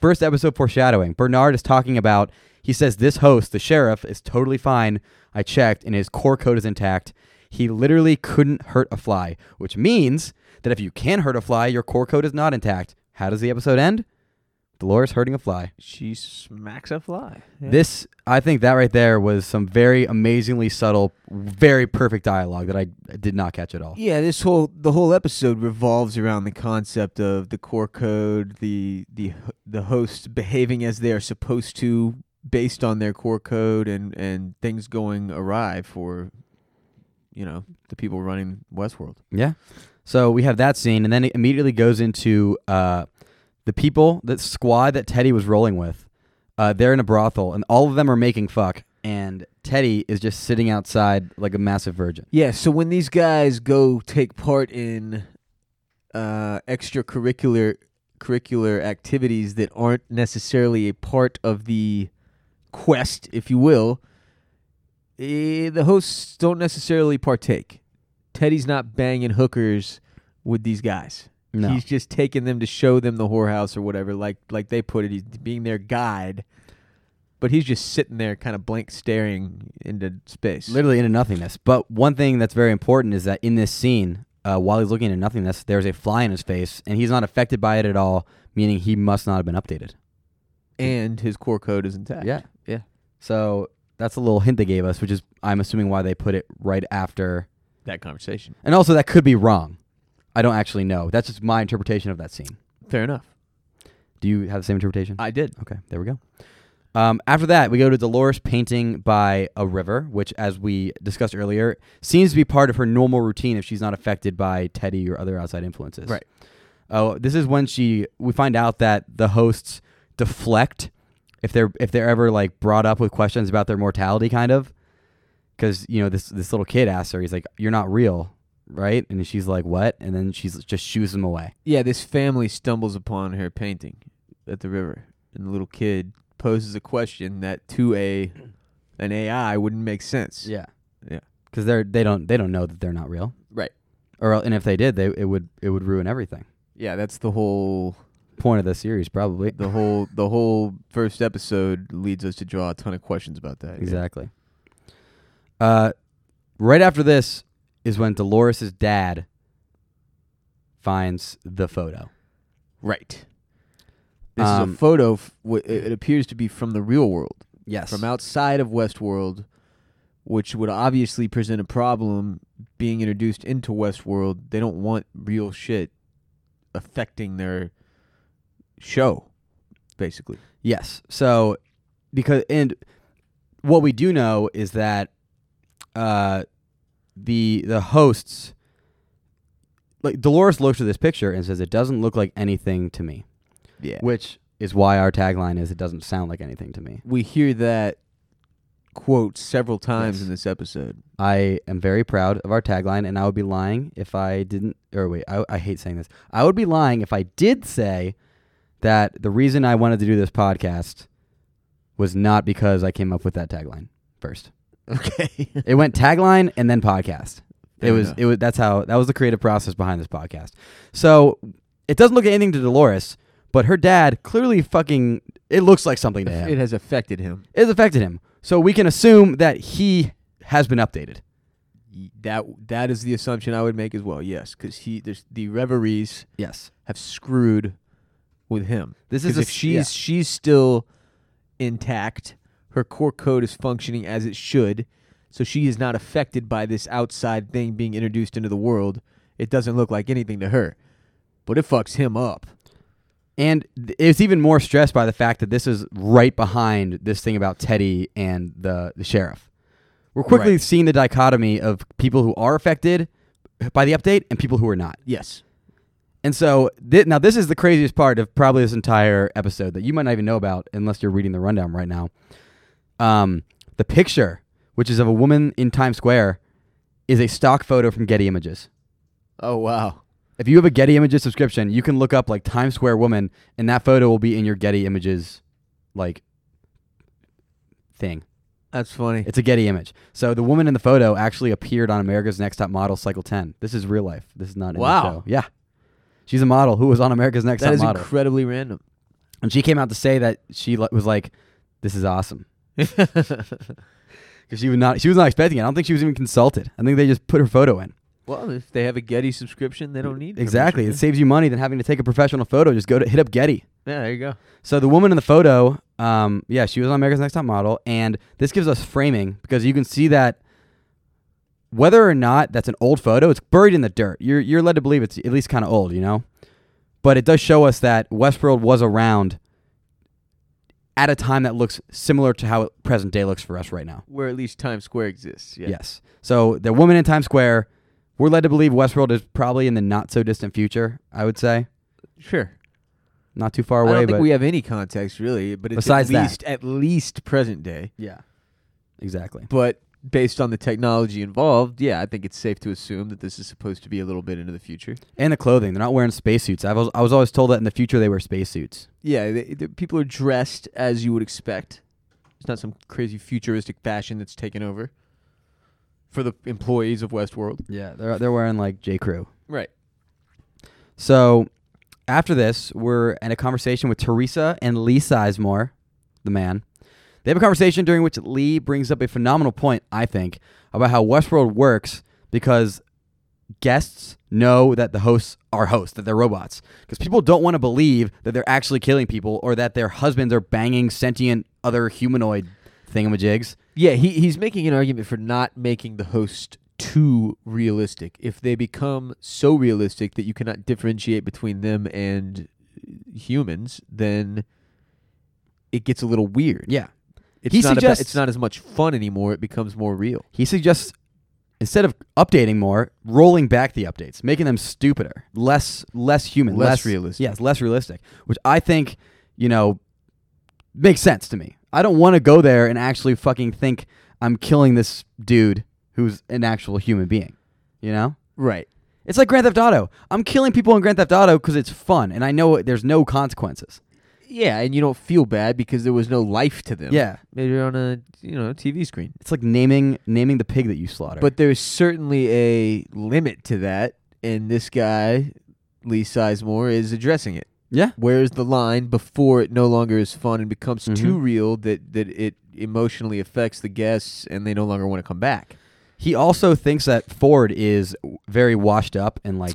Speaker 1: First episode foreshadowing. Bernard is talking about he says this host, the sheriff is totally fine. I checked and his core code is intact. He literally couldn't hurt a fly, which means that if you can hurt a fly, your core code is not intact. How does the episode end? Dolores hurting a fly.
Speaker 2: She smacks a fly. Yeah.
Speaker 1: This, I think that right there was some very amazingly subtle, very perfect dialogue that I did not catch at all.
Speaker 2: Yeah, this whole the whole episode revolves around the concept of the core code, the the the hosts behaving as they are supposed to based on their core code and and things going awry for you know, the people running Westworld.
Speaker 1: Yeah. So we have that scene, and then it immediately goes into uh, the people, that squad that Teddy was rolling with. Uh, they're in a brothel, and all of them are making fuck, and Teddy is just sitting outside like a massive virgin.
Speaker 2: Yeah, so when these guys go take part in uh extracurricular curricular activities that aren't necessarily a part of the quest, if you will, eh, the hosts don't necessarily partake. Teddy's not banging hookers with these guys.
Speaker 1: No.
Speaker 2: He's just taking them to show them the whorehouse or whatever, like like they put it. He's being their guide, but he's just sitting there, kind of blank staring into space.
Speaker 1: Literally into nothingness. But one thing that's very important is that in this scene, uh, while he's looking into nothingness, there's a fly in his face, and he's not affected by it at all, meaning he must not have been updated.
Speaker 2: and his core code is intact.
Speaker 1: Yeah, yeah. So that's a little hint they gave us, which is I'm assuming why they put it right after.
Speaker 2: that conversation.
Speaker 1: And also that could be wrong. I don't actually know. That's just my interpretation of that scene.
Speaker 2: Fair enough.
Speaker 1: Do you have the same interpretation?
Speaker 2: I did.
Speaker 1: okay, there we go. Um, after that, we go to Dolores painting by a river, which, as we discussed earlier, seems to be part of her normal routine if she's not affected by Teddy or other outside influences.
Speaker 2: Right.
Speaker 1: Oh, this is when she we find out that the hosts deflect if they're if they're ever like brought up with questions about their mortality, kind of, because you know this this little kid asks her, he's like, "You're not real." Right, and she's like, "What?" And then she's just shoos him away.
Speaker 2: Yeah, this family stumbles upon her painting at the river, and the little kid poses a question that to a an AI wouldn't make sense.
Speaker 1: Yeah,
Speaker 2: Yeah.
Speaker 1: because they're they don't they don't know that they're not real,
Speaker 2: Right.
Speaker 1: Or el- and if they did, they it would it would ruin everything.
Speaker 2: Yeah, that's the whole
Speaker 1: Point of the series, probably.
Speaker 2: the whole the whole first episode leads us to draw a ton of questions about that. yeah.
Speaker 1: Exactly. Uh, right after this is when Dolores' dad finds the photo.
Speaker 2: Right. This is
Speaker 1: Um,
Speaker 2: a photo. F- w- it it appears to be from the real world.
Speaker 1: Yes.
Speaker 2: from outside of Westworld, which would obviously present a problem being introduced into Westworld. They don't want real shit affecting their show, basically.
Speaker 1: Yes. So because and what we do know is that uh the the hosts like Dolores looks at this picture and says it doesn't look like anything to me,
Speaker 2: Yeah.
Speaker 1: which is why our tagline is it doesn't sound like anything to me.
Speaker 2: We hear that quote several times
Speaker 1: Yes.
Speaker 2: in this episode.
Speaker 1: I am very proud of our tagline, and I would be lying if I didn't. Or wait, I, I hate saying this. I would be lying if I did say that the reason I wanted to do this podcast was not because I came up with that tagline. first.
Speaker 2: Okay.
Speaker 1: It went tagline and then podcast. it
Speaker 2: Fair
Speaker 1: was
Speaker 2: enough.
Speaker 1: it was that's how that was the creative process behind this podcast. So it doesn't look anything to Dolores, but her dad clearly fucking it looks like something to him.
Speaker 2: It has affected him.
Speaker 1: It's affected him. So we can assume that he has been updated.
Speaker 2: Y- That that is the assumption I would make as well. Yes, because he there's, the reveries
Speaker 1: Yes.
Speaker 2: have screwed with him.
Speaker 1: This is
Speaker 2: 'Cause
Speaker 1: a
Speaker 2: if
Speaker 1: s-
Speaker 2: she's
Speaker 1: yeah.
Speaker 2: she's still intact, her core code is functioning as it should, so she is not affected by this outside thing being introduced into the world. It doesn't look like anything to her, but it fucks him up.
Speaker 1: And th- it's even more stressed by the fact that this is right behind this thing about Teddy and the, the sheriff. We're quickly
Speaker 2: Right.
Speaker 1: seeing the dichotomy of people who are affected by the update and people who are not.
Speaker 2: Yes,
Speaker 1: And so thi- now this is the craziest part of probably this entire episode that you might not even know about unless you're reading the rundown right now. Um, the picture, which is of a woman in Times Square, is a stock photo from Getty Images.
Speaker 2: Oh wow.
Speaker 1: If you have a Getty Images subscription, you can look up like Times Square woman, and that photo will be in your Getty Images, like thing.
Speaker 2: That's funny.
Speaker 1: It's a Getty image. So the woman in the photo actually appeared on America's Next Top Model Cycle 10. This is real life. This is not in
Speaker 2: Wow.
Speaker 1: the show. Yeah. She's a model who was on America's Next
Speaker 2: that
Speaker 1: Top
Speaker 2: is
Speaker 1: Model.
Speaker 2: incredibly random.
Speaker 1: and she came out to say that she li- was like, "This is awesome." Because she was not, she was not expecting it. I don't think she was even consulted. I think they just put her photo in.
Speaker 2: well, if they have a Getty subscription, they don't need
Speaker 1: Exactly, it
Speaker 2: permission.
Speaker 1: saves you money than having to take a professional photo. Just go to hit up Getty.
Speaker 2: Yeah, there you go.
Speaker 1: So the woman in the photo, um, yeah, she was on America's Next Top Model, and this gives us framing because you can see that whether or not that's an old photo, it's buried in the dirt. You're you're led to believe it's at least kind of old, you know. But it does show us that Westworld was around at a time that looks similar to how present day looks for us right now.
Speaker 2: Where at least Times Square exists. Yeah.
Speaker 1: Yes. So the woman in Times Square, we're led to believe Westworld is probably in the not so distant future. I would say
Speaker 2: Sure.
Speaker 1: not too far
Speaker 2: I
Speaker 1: away,
Speaker 2: don't think
Speaker 1: but
Speaker 2: we have any context really, but it's
Speaker 1: Besides
Speaker 2: at
Speaker 1: that.
Speaker 2: least at least present day.
Speaker 1: yeah, exactly.
Speaker 2: But based on the technology involved, yeah, I think it's safe to assume that this is supposed to be a little bit into the future.
Speaker 1: And the clothing. They're not wearing spacesuits. I was, I was always told that in the future they wear spacesuits.
Speaker 2: Yeah, the, the people are dressed as you would expect. It's not some crazy futuristic fashion that's taken over for the employees of Westworld.
Speaker 1: Yeah, they're, they're wearing like J. Crew.
Speaker 2: Right.
Speaker 1: So after this, we're in a conversation with Teresa and Lee Sizemore, the man. They have a conversation during which Lee brings up a phenomenal point, I think, about how Westworld works because guests know that the hosts are hosts, that they're robots. Because people don't want to believe that they're actually killing people or that their husbands are banging sentient other humanoid thingamajigs.
Speaker 2: Yeah, he, he's making an argument for not making the host too realistic. If they become so realistic that you cannot differentiate between them and humans, then it gets a little weird.
Speaker 1: Yeah.
Speaker 2: It's
Speaker 1: He
Speaker 2: not about-
Speaker 1: suggests-
Speaker 2: it's not as much fun anymore. It becomes more real.
Speaker 1: He suggests instead of updating more, rolling back the updates, making them stupider, less less human,
Speaker 2: Less
Speaker 1: less,
Speaker 2: realistic.
Speaker 1: Yes, less realistic, which I think, you know, makes sense to me. I don't want to go there and actually fucking think I'm killing this dude who's an actual human being. You know?
Speaker 2: Right.
Speaker 1: It's like Grand Theft Auto. I'm killing people in Grand Theft Auto because it's fun and I know there's no consequences.
Speaker 2: Yeah, and you don't feel bad because there was no life to them.
Speaker 1: Yeah.
Speaker 2: They're on a you know TV screen.
Speaker 1: It's like naming naming the pig that you slaughter.
Speaker 2: But there's certainly a limit to that, and this guy, Lee Sizemore, is addressing it.
Speaker 1: yeah.
Speaker 2: Where's the line before it no longer is fun and becomes
Speaker 1: Mhm.
Speaker 2: too real that, that it emotionally affects the guests and they no longer want to come back?
Speaker 1: He also thinks that Ford is very washed up and like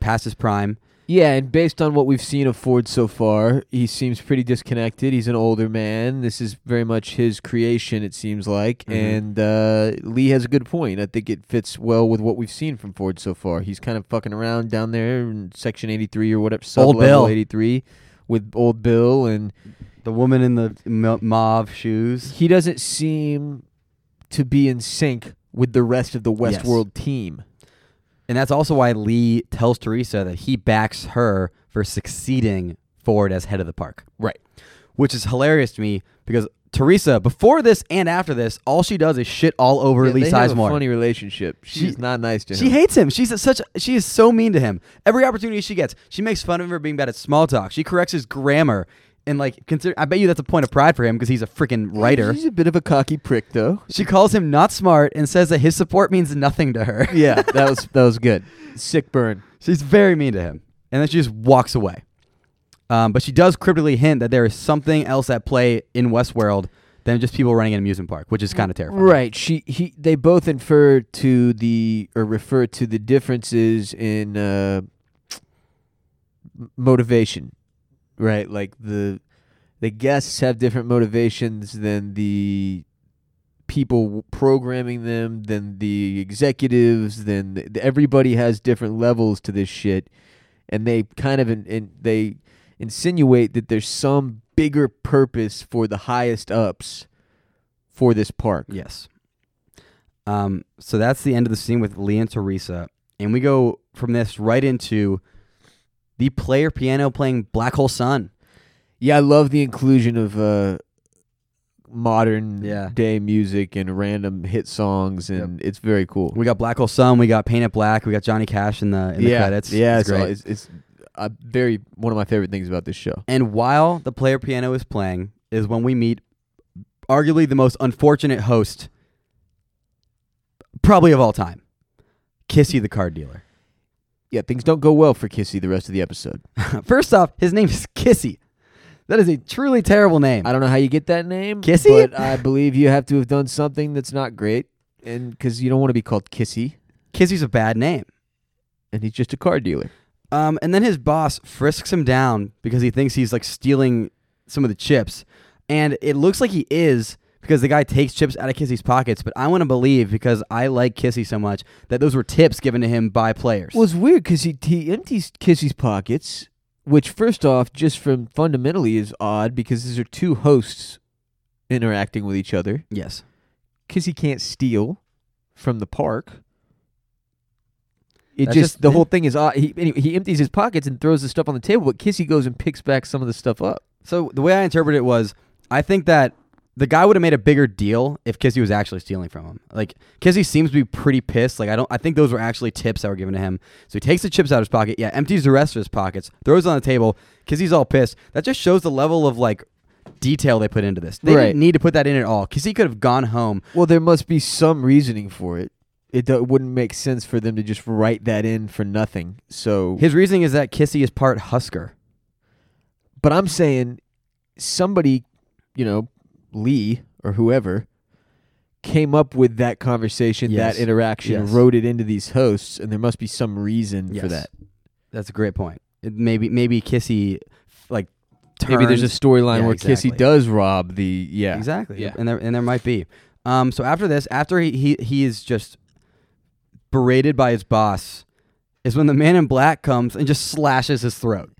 Speaker 1: past his prime.
Speaker 2: Yeah, and based on what we've seen of Ford so far, he seems pretty disconnected. He's an older man. This is very much his creation, it seems like.
Speaker 1: Mhm.
Speaker 2: And uh, Lee has a good point. I think it fits well with what we've seen from Ford so far. He's kind of fucking around down there in Section 83 or whatever, sub
Speaker 1: Old Bill.
Speaker 2: 83 with Old Bill and
Speaker 1: The woman in the ma- mauve shoes.
Speaker 2: he doesn't seem to be in sync with the rest of the
Speaker 1: Yes.
Speaker 2: Westworld team.
Speaker 1: And that's also why Lee tells Teresa that he backs her for succeeding Ford as head of the park.
Speaker 2: Right.
Speaker 1: Which is hilarious to me because Teresa, before this and after this, all she does is shit all over
Speaker 2: Yeah,
Speaker 1: Lee
Speaker 2: they have a
Speaker 1: Sizemore.
Speaker 2: funny relationship. She's not nice to him.
Speaker 1: She hates him. She's such. She is so mean to him. Every opportunity she gets, she makes fun of him for being bad at small talk. She corrects his grammar. and like consider. I bet you that's a point of pride for him because he's a freaking writer.
Speaker 2: He's a bit of a cocky prick, though.
Speaker 1: She calls him not smart and says that his support means nothing to her.
Speaker 2: Yeah, that was that was good.
Speaker 3: Sick burn.
Speaker 1: She's very mean to him, and then she just walks away. Um, but she does cryptically hint that there is something else at play in Westworld than just people running an amusement park, which is kind of terrifying.
Speaker 3: Right.
Speaker 2: She he they both infer to the or refer to the differences in uh, m- motivation, right? Like the the guests have different motivations than the people w- programming them, than the executives, than the, the- everybody has different levels to this shit, and they kind of in, in, they insinuate that there's some bigger purpose for the highest ups for this park.
Speaker 1: Yes. Um, so that's the end of the scene with Lee and Teresa, and we go from this right into the player piano playing Black Hole Sun.
Speaker 2: Yeah, I love the inclusion of uh, modern
Speaker 1: Yeah.
Speaker 2: day music and random hit songs, and it's very cool.
Speaker 1: We got Black Hole Sun, we got Paint It Black, we got Johnny Cash in the in the
Speaker 2: yeah,
Speaker 1: credits.
Speaker 2: yeah,
Speaker 1: it's
Speaker 2: so
Speaker 1: great.
Speaker 2: it's, it's uh, very one of my favorite things about this show.
Speaker 1: And while the player piano is playing, is when we meet arguably the most unfortunate host, probably of all time, Kissy the card dealer.
Speaker 2: Yeah, things don't go well for Kissy the rest of the episode.
Speaker 1: First off, his name is Kissy. That is a truly terrible name.
Speaker 2: I don't know how you get that name,
Speaker 1: Kissy?
Speaker 2: but I believe you have to have done something that's not great, and because you don't want to be called Kissy,
Speaker 1: Kissy's a bad name.
Speaker 2: and he's just a car dealer.
Speaker 1: Um, and then his boss frisks him down because he thinks he's like stealing some of the chips. And it looks like he is because the guy takes chips out of Kissy's pockets. But I want to believe because I like Kissy so much that those were tips given to him by players.
Speaker 2: Well, it's weird because he, he empties Kissy's pockets, which, first off, just from fundamentally is odd because these are two hosts interacting with each other.
Speaker 1: yes.
Speaker 2: Kissy can't steal from the park. It
Speaker 1: That's
Speaker 2: just,
Speaker 1: just-
Speaker 2: the
Speaker 1: yeah.
Speaker 2: whole thing is odd. He anyway, he empties his pockets and throws the stuff on the table, but Kissy goes and picks back some of the stuff up.
Speaker 1: So the way I interpret it was I think that the guy would have made a bigger deal if Kissy was actually stealing from him. Like Kissy seems to be pretty pissed. Like I don't I think those were actually tips that were given to him. So he takes the chips out of his pocket, yeah, empties the rest of his pockets, throws it on the table. Kissy's all pissed. That just shows the level of like detail they put into this. They
Speaker 2: Right.
Speaker 1: didn't need to put that in at all. Kissy could have gone home.
Speaker 2: Well, there must be some reasoning for it. It do- wouldn't make sense for them to just write that in for nothing. So
Speaker 1: His reasoning is that Kissy is part Husker.
Speaker 2: But I'm saying somebody, you know, Lee or whoever came up with that conversation,
Speaker 1: Yes.
Speaker 2: that interaction,
Speaker 1: Yes.
Speaker 2: wrote it into these hosts, and there must be some reason for
Speaker 1: Yes.
Speaker 2: that.
Speaker 1: That's a great point. It, maybe maybe Kissy like
Speaker 2: Maybe there's a
Speaker 1: turns-
Speaker 2: storyline
Speaker 1: Yeah,
Speaker 2: where
Speaker 1: exactly.
Speaker 2: Kissy does rob the yeah.
Speaker 1: Exactly.
Speaker 2: Yeah.
Speaker 1: And there and there might be. Um, so after this, after he, he he is just berated by his boss, is when the man in black comes and just slashes his throat.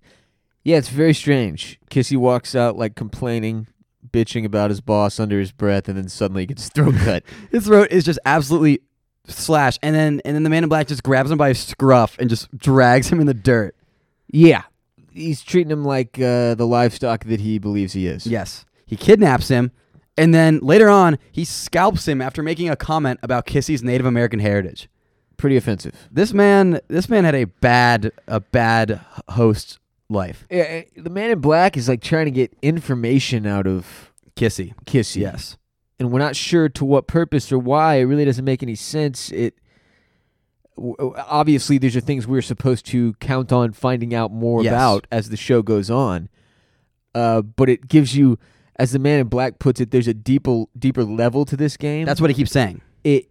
Speaker 2: Yeah, it's very strange. Kissy walks out like complaining, bitching about his boss under his breath, and then suddenly he gets his throat cut.
Speaker 1: His throat is just absolutely slashed, and then and then the man in black just grabs him by his scruff and just drags him in the dirt.
Speaker 2: Yeah. He's treating him like uh, the livestock that he believes he is.
Speaker 1: Yes, he kidnaps him, and then later on he scalps him after making a comment about Kissy's Native American heritage.
Speaker 2: Pretty offensive.
Speaker 1: This man, this man had a bad a bad host life.
Speaker 2: Yeah, eh, the man in black is like trying to get information out of
Speaker 1: Kissy,
Speaker 2: Kissy.
Speaker 1: yes.
Speaker 2: And we're not sure to what purpose or why. It really doesn't make any sense. It w- w- obviously these are things we're supposed to count on finding out more
Speaker 1: Yes.
Speaker 2: about as the show goes on. Uh, but it gives you as the man in black puts it there's a deeper deeper level to this game.
Speaker 1: That's what he keeps saying.
Speaker 2: it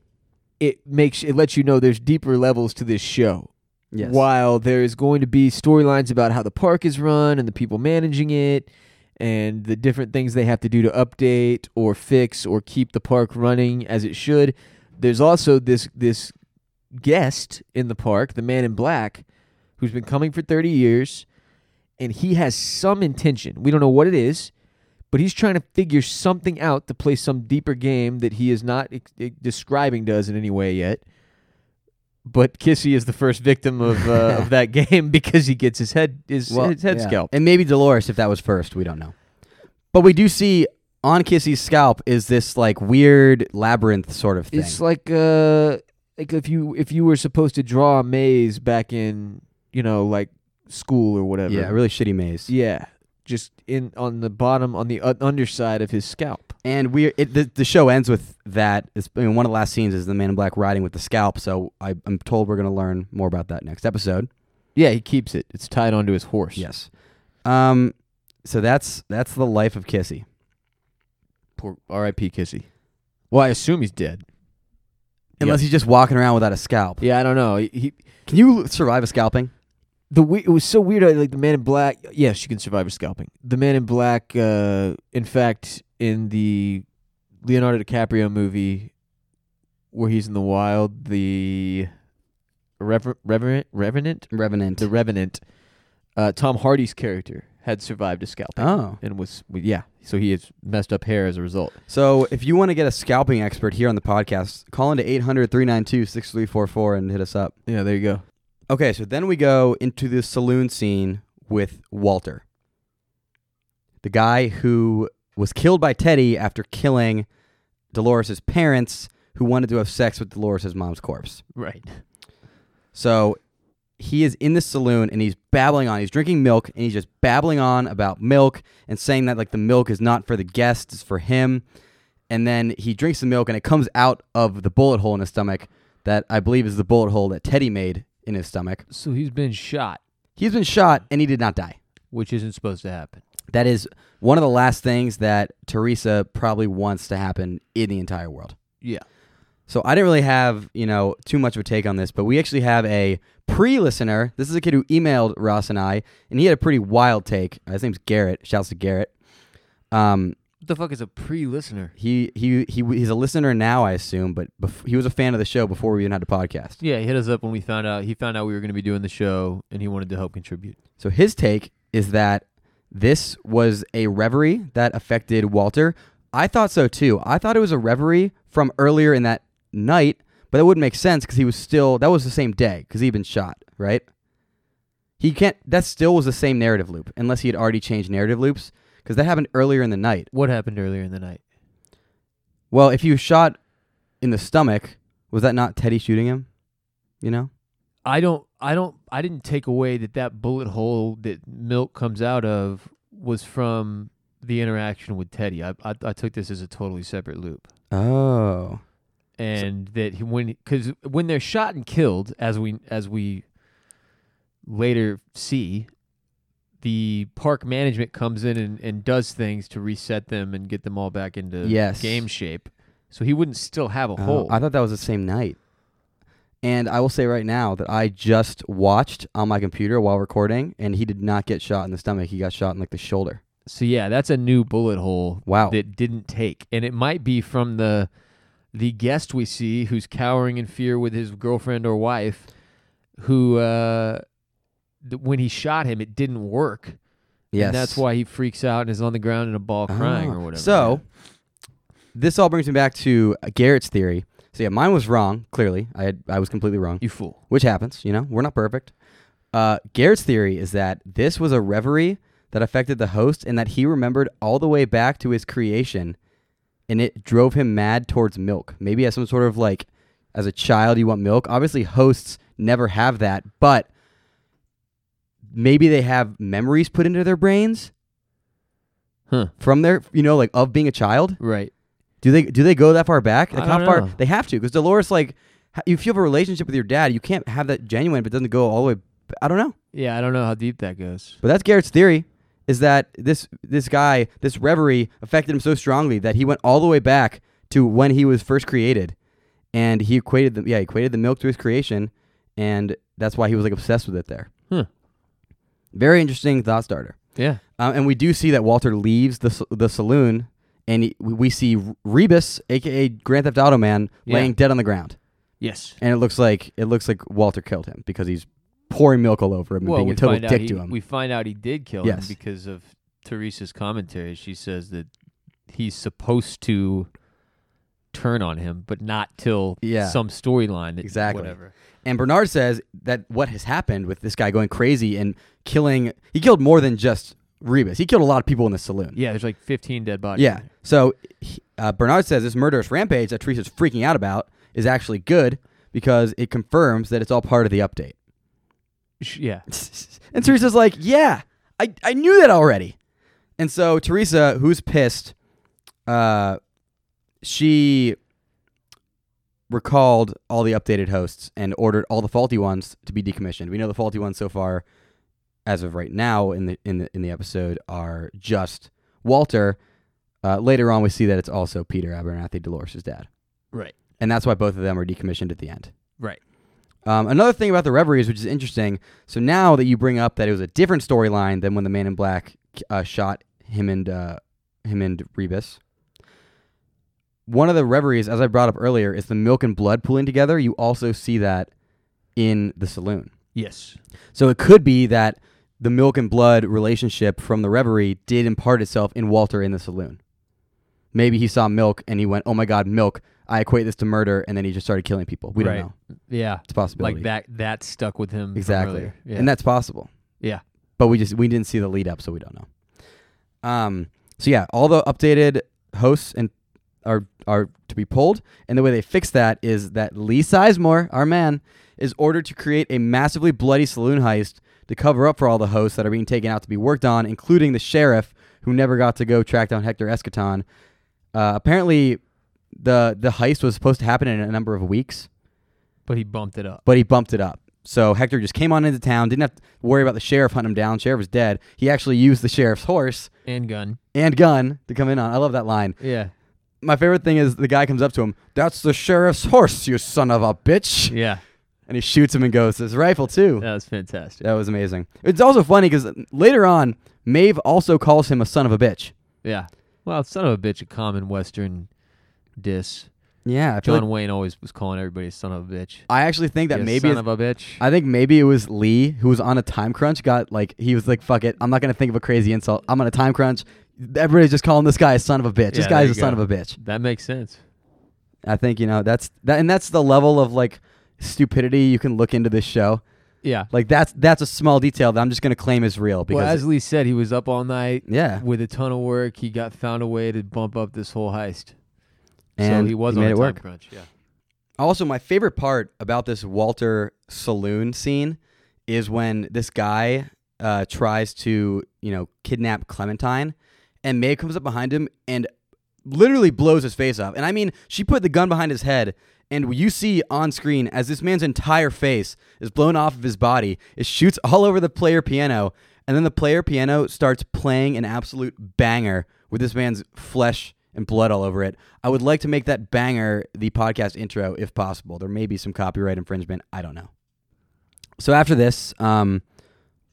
Speaker 2: it makes it lets you know there's deeper levels to this show. While there is going to be storylines about how the park is run and the people managing it and the different things they have to do to update or fix or keep the park running as it should, there's also this this guest in the park, the man in black, who's been coming for 30 years and he has some intention. We don't know what it is, but he's trying to figure something out to play some deeper game that he is not ex- ex- describing to us in any way yet. But Kissy is the first victim of uh, of that game because he gets his head his,
Speaker 1: Well,
Speaker 2: his head
Speaker 1: yeah.
Speaker 2: scalped.
Speaker 1: And maybe Dolores, if that was first, we don't know. But we do see on Kissy's scalp is this like weird labyrinth sort of thing.
Speaker 2: It's like uh like if you if you were supposed to draw a maze back in, you know, like school or whatever.
Speaker 1: yeah, a really shitty maze.
Speaker 2: Yeah.
Speaker 4: just in on the bottom on the uh, underside of his scalp.
Speaker 1: And we it, the, the show ends with that. It's, I mean, one of the last scenes is the man in black riding with the scalp. So I, I'm told we're going to learn more about that next episode.
Speaker 4: Yeah, he keeps it. It's tied onto his horse.
Speaker 1: Yes. Um. So that's that's the life of Kissy.
Speaker 4: Poor R.I.P. Kissy. Well, I assume he's dead.
Speaker 1: Unless he's just walking around without a scalp.
Speaker 4: Yeah, I don't know. He, he
Speaker 1: Can you survive a scalping?
Speaker 4: the we- it was so weird. I- Like the Man in Black. Yes, you can survive a scalping. The Man in Black. Uh, in fact, in the Leonardo DiCaprio movie where he's in the wild, the Rever- Revenant, Revenant,
Speaker 1: Revenant.
Speaker 4: the Revenant. Uh, Tom Hardy's character had survived a scalping
Speaker 1: oh.
Speaker 4: and was yeah. So he has messed up hair as a result.
Speaker 1: So if you want to get a scalping expert here on the podcast, call into 800 392 6344 and hit us up.
Speaker 4: Yeah, there you go.
Speaker 1: Okay, so then we go into the saloon scene with Walter, the guy who was killed by Teddy after killing Dolores' parents, who wanted to have sex with Dolores' mom's corpse.
Speaker 4: Right.
Speaker 1: So he is in the saloon and he's babbling on. He's drinking milk and he's just babbling on about milk and saying that like the milk is not for the guests, it's for him. And then he drinks the milk and it comes out of the bullet hole in his stomach that I believe is the bullet hole that Teddy made in his stomach.
Speaker 2: So he's been shot,
Speaker 1: He's been shot and he did not die.
Speaker 2: which isn't supposed to happen.
Speaker 1: That is one of the last things that Teresa probably wants to happen in the entire world.
Speaker 2: Yeah.
Speaker 1: So I didn't really have, you know, too much of a take on this, but we actually have a pre-listener. This is a kid who emailed Ross and I, and he had a pretty wild take. Uh, His name's Garrett. Shouts to Garrett. Um,
Speaker 2: What the fuck is a pre-listener?
Speaker 1: he he he he's a listener now, I assume, but bef- he was a fan of the show before we even had a podcast.
Speaker 2: Yeah, he hit us up when we found out. He found out we were going to be doing the show, and he wanted to help contribute.
Speaker 1: So his take is that this was a reverie that affected Walter. I thought so too. I thought it was a reverie from earlier in that night, but that wouldn't make sense because he was still that was the same day because he'd been shot, right? He can't. That still was the same narrative loop unless he had already changed narrative loops because that happened earlier in the night.
Speaker 2: What happened earlier in the night?
Speaker 1: Well, if he was shot in the stomach, was that not Teddy shooting him? You know.
Speaker 2: I don't. I don't. I didn't take away that that bullet hole that milk comes out of was from the interaction with Teddy. I I, I took this as a totally separate loop,
Speaker 1: Oh.
Speaker 2: and that he, when because when they're shot and killed, as we as we later see, the park management comes in and, and does things to reset them and get them all back into
Speaker 1: Yes.
Speaker 2: game shape. So he wouldn't still have a
Speaker 1: Oh,
Speaker 2: hole.
Speaker 1: I thought that was the same night. And I will say right now that I just watched on my computer while recording, and he did not get shot in the stomach. He got shot in like the shoulder.
Speaker 2: So yeah, that's a new bullet hole
Speaker 1: Wow.
Speaker 2: that didn't take, and it might be from the the guest we see who's cowering in fear with his girlfriend or wife, who uh, th- when he shot him, it didn't work.
Speaker 1: yes,
Speaker 2: and that's why he freaks out and is on the ground in a ball crying
Speaker 1: Ah.
Speaker 2: or whatever.
Speaker 1: So this all brings me back to uh, Garrett's theory. So yeah, mine was wrong. Clearly, I had, I was completely wrong.
Speaker 2: you fool.
Speaker 1: which happens. You know, we're not perfect. Uh, Garrett's theory is that this was a reverie that affected the host and that he remembered all the way back to his creation and it drove him mad towards milk. Maybe as some sort of like, as a child, you want milk. Obviously, hosts never have that, but maybe they have memories put into their brains
Speaker 2: Huh.
Speaker 1: from their, you know, like of being a child.
Speaker 2: Right.
Speaker 1: Do they do they go that far back? Like
Speaker 2: I
Speaker 1: how
Speaker 2: don't
Speaker 1: far
Speaker 2: know.
Speaker 1: they have to? Because Dolores, like, h- if you have a relationship with your dad, you can't have that genuine if it doesn't go all the way. b- I don't know,
Speaker 2: Yeah, I don't know how deep that goes.
Speaker 1: but that's Garrett's theory: is that this this guy, this reverie, affected him so strongly that he went all the way back to when he was first created, and he equated the yeah he equated the milk to his creation, and that's why he was like obsessed with it there.
Speaker 2: Hmm.
Speaker 1: Very interesting thought starter.
Speaker 2: Yeah.
Speaker 1: Um, and we do see that Walter leaves the s- the saloon, and he, we- we see Rebus, aka Grand Theft Auto Man,
Speaker 2: Yeah.
Speaker 1: laying dead on the ground,
Speaker 2: Yes.
Speaker 1: and it looks like it looks like Walter killed him because he's pouring milk all over him and
Speaker 2: Well,
Speaker 1: being
Speaker 2: we
Speaker 1: a total
Speaker 2: find out
Speaker 1: dick
Speaker 2: he,
Speaker 1: to him.
Speaker 2: we find out he did kill
Speaker 1: Yes.
Speaker 2: him because of Teresa's commentary. She says that he's supposed to turn on him, but not till
Speaker 1: Yeah.
Speaker 2: some storyline. that-
Speaker 1: Exactly.
Speaker 2: Whatever.
Speaker 1: and Bernard says that what has happened with this guy going crazy and killing he killed more than just Rebus. He killed a lot of people in the saloon.
Speaker 2: Yeah, there's like 15 dead bodies.
Speaker 1: Yeah.
Speaker 2: in there.
Speaker 1: So he- uh, Bernard says this murderous rampage that Teresa's freaking out about is actually good because it confirms that it's all part of the update.
Speaker 2: Sh- Yeah.
Speaker 1: and Teresa's like, "Yeah, I, I knew that already. And so Teresa, who's pissed, uh, she recalled all the updated hosts and ordered all the faulty ones to be decommissioned. We know the faulty ones so far, as of right now in the in the in the episode, are just Walter. Uh, later on, we see that it's also Peter Abernathy, Dolores' dad,
Speaker 2: Right.
Speaker 1: and that's why both of them are decommissioned at the end.
Speaker 2: Right.
Speaker 1: Um, another thing about the reveries, which is interesting. So now that you bring up that it was a different storyline than when the Man in Black uh, shot him and uh, him and Rebus. One of the reveries, as I brought up earlier, is the milk and blood pooling together. You also see that in the saloon.
Speaker 2: Yes.
Speaker 1: So it could be that the milk and blood relationship from the reverie did impart itself in Walter in the saloon. Maybe he saw milk and he went, "Oh my God, milk! I equate this to murder," and then he just started killing people. We
Speaker 2: Right.
Speaker 1: don't know.
Speaker 2: Yeah.
Speaker 1: It's a possibility.
Speaker 2: Like that. That stuck with him. from
Speaker 1: Exactly.
Speaker 2: earlier. Yeah.
Speaker 1: And that's possible.
Speaker 2: Yeah.
Speaker 1: But we just we didn't see the lead up, so we don't know. Um so yeah, all the updated hosts and are are to be pulled. And the way they fix that is that Lee Sizemore, our man, is ordered to create a massively bloody saloon heist to cover up for all the hosts that are being taken out to be worked on, including the sheriff who never got to go track down Hector Escaton. Uh, apparently the the heist was supposed to happen in a number of weeks
Speaker 2: but he bumped it up.
Speaker 1: but he bumped it up. So Hector just came on into town, didn't have to worry about the sheriff hunting him down. Sheriff was dead. He actually used the sheriff's horse
Speaker 2: And gun.
Speaker 1: and gun to come in on. I love that line.
Speaker 2: Yeah.
Speaker 1: My favorite thing is the guy comes up to him, "That's the sheriff's horse, you son of a bitch,"
Speaker 2: Yeah.
Speaker 1: and he shoots him and goes, "His rifle too."
Speaker 2: That was fantastic.
Speaker 1: That was amazing. It's also funny because later on, Maeve also calls him a son of a bitch.
Speaker 2: Yeah. Well, son of a bitch, a common Western diss.
Speaker 1: Yeah, I feel
Speaker 2: John
Speaker 1: like-
Speaker 2: Wayne always was calling everybody a son of a bitch.
Speaker 1: I actually think that
Speaker 2: You
Speaker 1: maybe
Speaker 2: son
Speaker 1: it's,
Speaker 2: of a bitch.
Speaker 1: I think maybe it was Lee who was on a time crunch. Got like he was like, "Fuck it, I'm not gonna think of a crazy insult. I'm on a time crunch." Everybody's just calling this guy a son of a bitch. this guy's
Speaker 2: Yeah, there
Speaker 1: a
Speaker 2: you
Speaker 1: son of
Speaker 2: go.
Speaker 1: a bitch.
Speaker 2: that makes sense.
Speaker 1: I think you know that's that, and that's the level of like stupidity you can look into this show.
Speaker 2: Yeah.
Speaker 1: Like that's that's a small detail that I'm just gonna claim is real because
Speaker 2: well, as Lee said, he was up all night
Speaker 1: yeah,
Speaker 2: with a ton of work. He got found a way to bump up this whole heist.
Speaker 1: and
Speaker 2: so he was on
Speaker 1: made it
Speaker 2: a time
Speaker 1: work.
Speaker 2: crunch. Yeah.
Speaker 1: Also, my favorite part about this Walter saloon scene is when this guy uh, tries to, you know, kidnap Clementine, and May comes up behind him and literally blows his face off. And I mean, she put the gun behind his head, and you see on screen as this man's entire face is blown off of his body. It shoots all over the player piano, and then the player piano starts playing an absolute banger with this man's flesh and blood all over it. I would like to make that banger the podcast intro if possible. There may be some copyright infringement. I don't know. So after this, um,